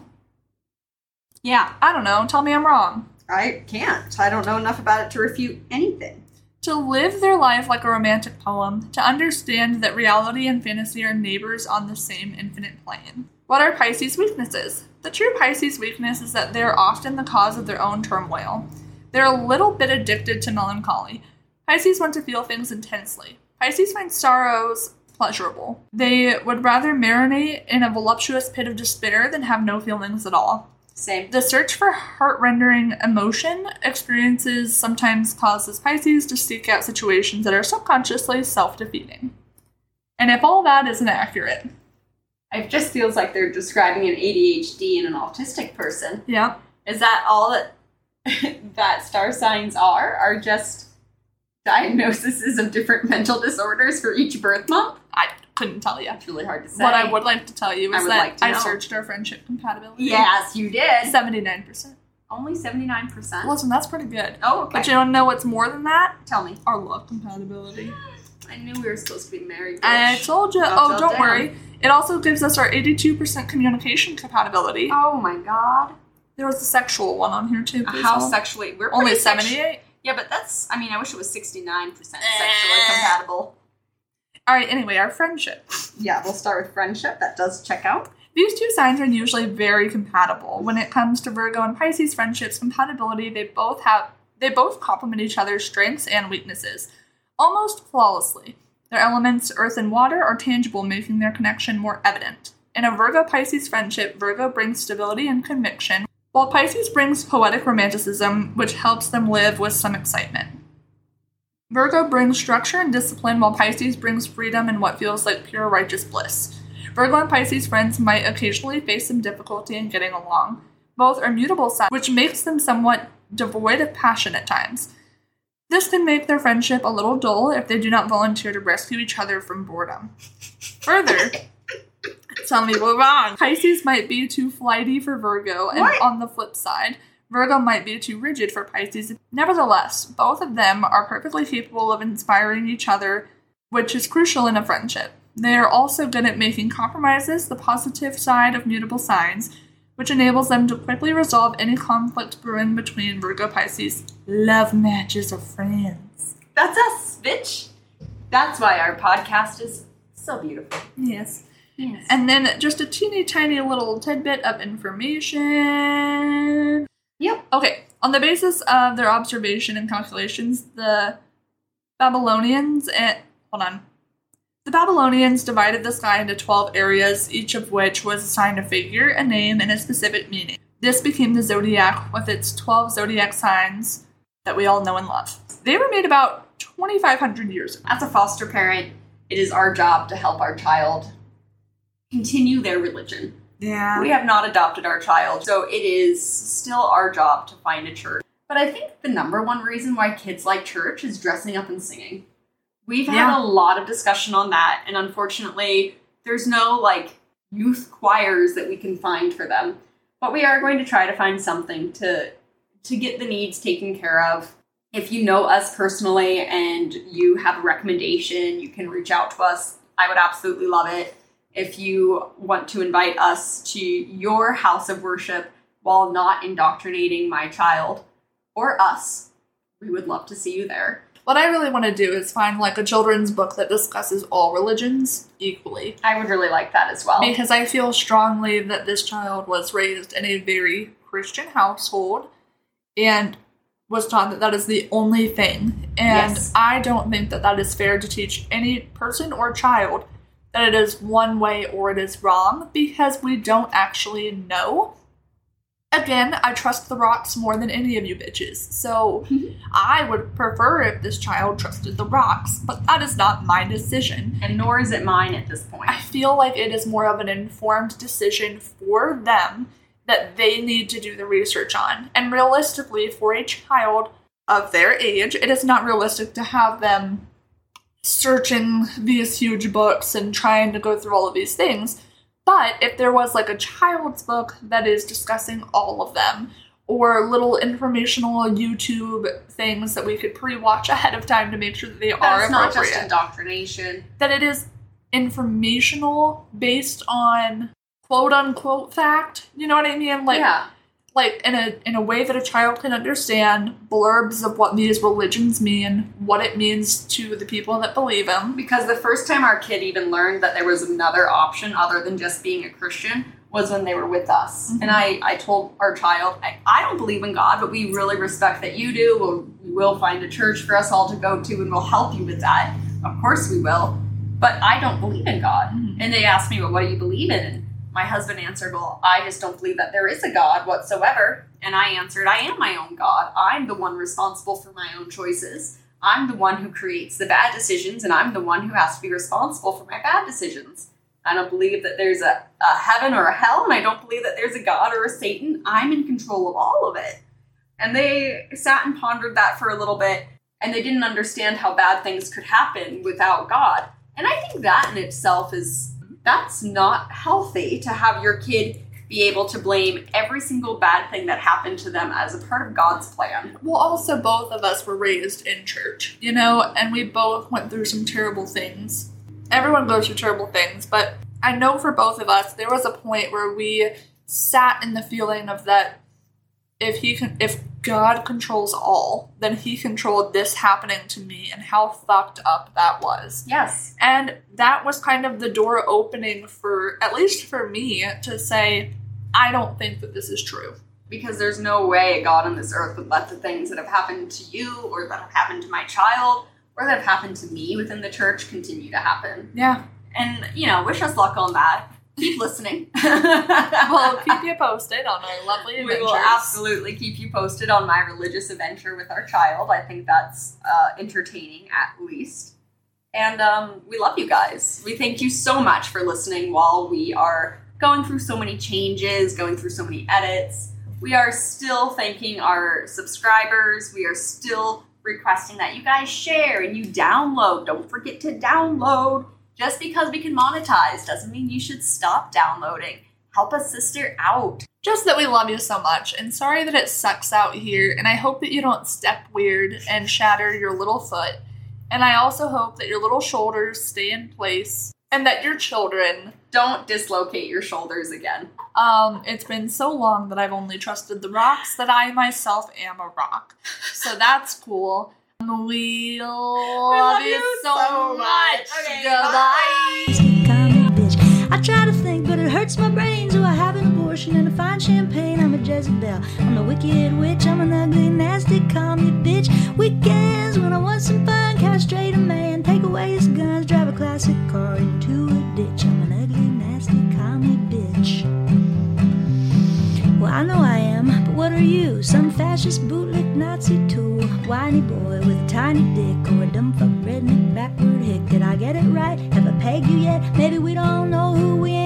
C: Yeah.
B: I don't know, tell me I'm wrong.
C: I can't. I don't know enough about it to refute anything.
B: To live their life like a romantic poem, to understand that reality and fantasy are neighbors on the same infinite plane. What are Pisces' weaknesses? The true Pisces' weakness is that they're often the cause of their own turmoil. They're a little bit addicted to melancholy. Pisces want to feel things intensely. Pisces find sorrows pleasurable. They would rather marinate in a voluptuous pit of despair than have no feelings at all.
C: Same.
B: The search for heart rendering emotion experiences sometimes causes Pisces to seek out situations that are subconsciously self defeating. And if all that isn't accurate,
C: It just feels like they're describing an ADHD and an autistic person.
B: yeah,
C: Is that all that that star signs are? Are just diagnoses of different mental disorders for each birth month?
B: I couldn't tell you.
C: It's really hard to say.
B: What I would like to tell you
C: I
B: is
C: would
B: that
C: like to
B: I
C: know.
B: searched our friendship compatibility.
C: Yes, you did.
B: 79%.
C: Only seventy nine percent.
B: Listen, that's pretty good.
C: Oh, okay.
B: But you don't know what's more than that?
C: Tell me.
B: Our love compatibility.
C: I knew we were supposed to be married.
B: I
C: bitch.
B: told you.
C: That's
B: Oh,
C: all
B: don't
C: down.
B: worry. It also gives us our 82% communication compatibility.
C: Oh my god.
B: There was a sexual one on here too. please
C: How
B: hold.
C: sexually we're
B: Only
C: pretty sexu-
B: 78?
C: Yeah, but that's I mean, I wish it was sixty nine percent
B: Eh.
C: sexually compatible.
B: All right, anyway, our friendship.
C: Yeah, we'll start with friendship. That does check out.
B: These two signs are usually very compatible. When it comes to Virgo and Pisces friendships, compatibility, they both have They both complement each other's strengths and weaknesses almost flawlessly. Their elements, earth and water, are tangible, making their connection more evident. In a Virgo Pisces friendship, Virgo brings stability and conviction, while Pisces brings poetic romanticism, which helps them live with some excitement. Virgo brings structure and discipline, while Pisces brings freedom and what feels like pure righteous bliss. Virgo and Pisces friends might occasionally face some difficulty in getting along. Both are mutable signs, which makes them somewhat devoid of passion at times. This can make their friendship a little dull if they do not volunteer to rescue each other from boredom. Further, tell me we're wrong. Pisces might be too flighty for Virgo, and
C: What?
B: on the flip side, Virgo might be too rigid for Pisces. Nevertheless, both of them are perfectly capable of inspiring each other, which is crucial in a friendship. They are also good at making compromises, the positive side of mutable signs, which enables them to quickly resolve any conflict brewing between Virgo Pisces. Love matches are friends.
C: That's us, bitch. That's why our podcast is so beautiful.
B: Yes.
C: Yes.
B: And then just a teeny tiny little tidbit of information.
C: Yep.
B: Okay, on the basis of their observation and calculations, the Babylonians and hold on. The Babylonians divided the sky into 12 areas, each of which was assigned a figure, a name, and a specific meaning. This became the zodiac with its 12 zodiac signs that we all know and love. They were made about 2,500 years ago.
C: As a foster parent, it is our job to help our child continue their religion.
B: Yeah.
C: We have not adopted our child, so it is still our job to find a church. But I think the number one reason why kids like church is dressing up and singing. We've had
B: Yeah.
C: a lot of discussion on that, and unfortunately, there's no like youth choirs that we can find for them. But we are going to try to find something to to get the needs taken care of. If you know us personally and you have a recommendation, you can reach out to us. I would absolutely love it. If you want to invite us to your house of worship while not indoctrinating my child or us, we would love to see you there.
B: What I really want to do is find like a children's book that discusses all religions equally.
C: I would really like that as well.
B: Because I feel strongly that this child was raised in a very Christian household and was taught that that is the only thing. And
C: Yes.
B: I don't think that that is fair to teach any person or child that it is one way or it is wrong because we don't actually know. Again, I trust the rocks more than any of you bitches. So I would prefer if this child trusted the rocks, but that is not my decision.
C: And nor is it mine at this point.
B: I feel like it is more of an informed decision for them that they need to do the research on. And realistically, for a child of their age, it is not realistic to have them searching these huge books and trying to go through all of these things. But if there was like a child's book that is discussing all of them, or little informational YouTube things that we could pre watch ahead of time to make sure that they are
C: That's not
B: appropriate
C: just indoctrination.
B: that it is informational based on quote unquote fact. You know what I mean? Like
C: yeah.
B: like in a in a way that a child can understand blurbs of what these religions mean, what it means to the people that believe them.
C: Because the first time our kid even learned that there was another option other than just being a Christian was when they were with us.
B: Mhm.
C: And I, I told our child, I, I don't believe in God, but we really respect that you do. We'll, we will find a church for us all to go to and we'll help you with that. Of course we will. But I don't believe in God.
B: Mhm.
C: And they asked me, well, what do you believe in? And my husband answered, well, I just don't believe that there is a God whatsoever. And I answered, I am my own God. I'm the one responsible for my own choices. I'm the one who creates the bad decisions, and I'm the one who has to be responsible for my bad decisions. I don't believe that there's a, a heaven or a hell, and I don't believe that there's a God or a Satan. I'm in control of all of it. And they sat and pondered that for a little bit, and they didn't understand how bad things could happen without God. And I think that in itself is that's not healthy to have your kid be able to blame every single bad thing that happened to them as a part of God's plan.
B: Well also both of us were raised in church, you know, and we both went through some terrible things. Everyone goes through terrible things, but I know for both of us there was a point where we sat in the feeling of that if he can if god controls all then he controlled this happening to me and how fucked up that was
C: Yes.
B: and that was kind of the door opening for at least for me to say i don't think that this is true
C: because there's no way a God on this earth would let the things that have happened to you or that have happened to my child or that have happened to me within the church continue to happen.
B: Yeah.
C: And, you know, wish us luck on that. Keep listening.
B: We'll keep you posted on our lovely
C: we
B: adventures.
C: will absolutely keep you posted on my religious adventure with our child. I think that's uh, entertaining at least. And um, we love you guys. We thank you so much for listening while we are going through so many changes, going through so many edits. We are still thanking our subscribers. We are still requesting that you guys share and you download. Don't forget to download. Just because we can monetize doesn't mean you should stop downloading. Help a sister out.
B: Just that we love you so much, and sorry that it sucks out here, and I hope that you don't step weird and shatter your little foot. And I also hope that your little shoulders stay in place, and that your children.
C: don't dislocate your shoulders again.
B: Um, it's been so long that I've only trusted the rocks that I myself am a rock. So that's cool. We love,
C: love
B: you,
C: you
B: so,
C: so
B: much.
C: much. Okay,
B: Goodbye.
A: nasty commie bitch. I try to think, but it hurts my brain. So I have an abortion and a fine champagne. I'm a Jezebel. I'm a wicked witch. I'm an ugly, nasty commie bitch. Weekends when I want some fun, castrate a man, take away his guns, drive a classic car into a ditch. I'm an ugly, nasty commie bitch. Well, I know I am, but what are you? Some fascist bootlick Nazi tool, whiny boy with a tiny dick, or a dumb fuck redneck backward hick? Did I get it right? Have I pegged you yet? Maybe we don't know who we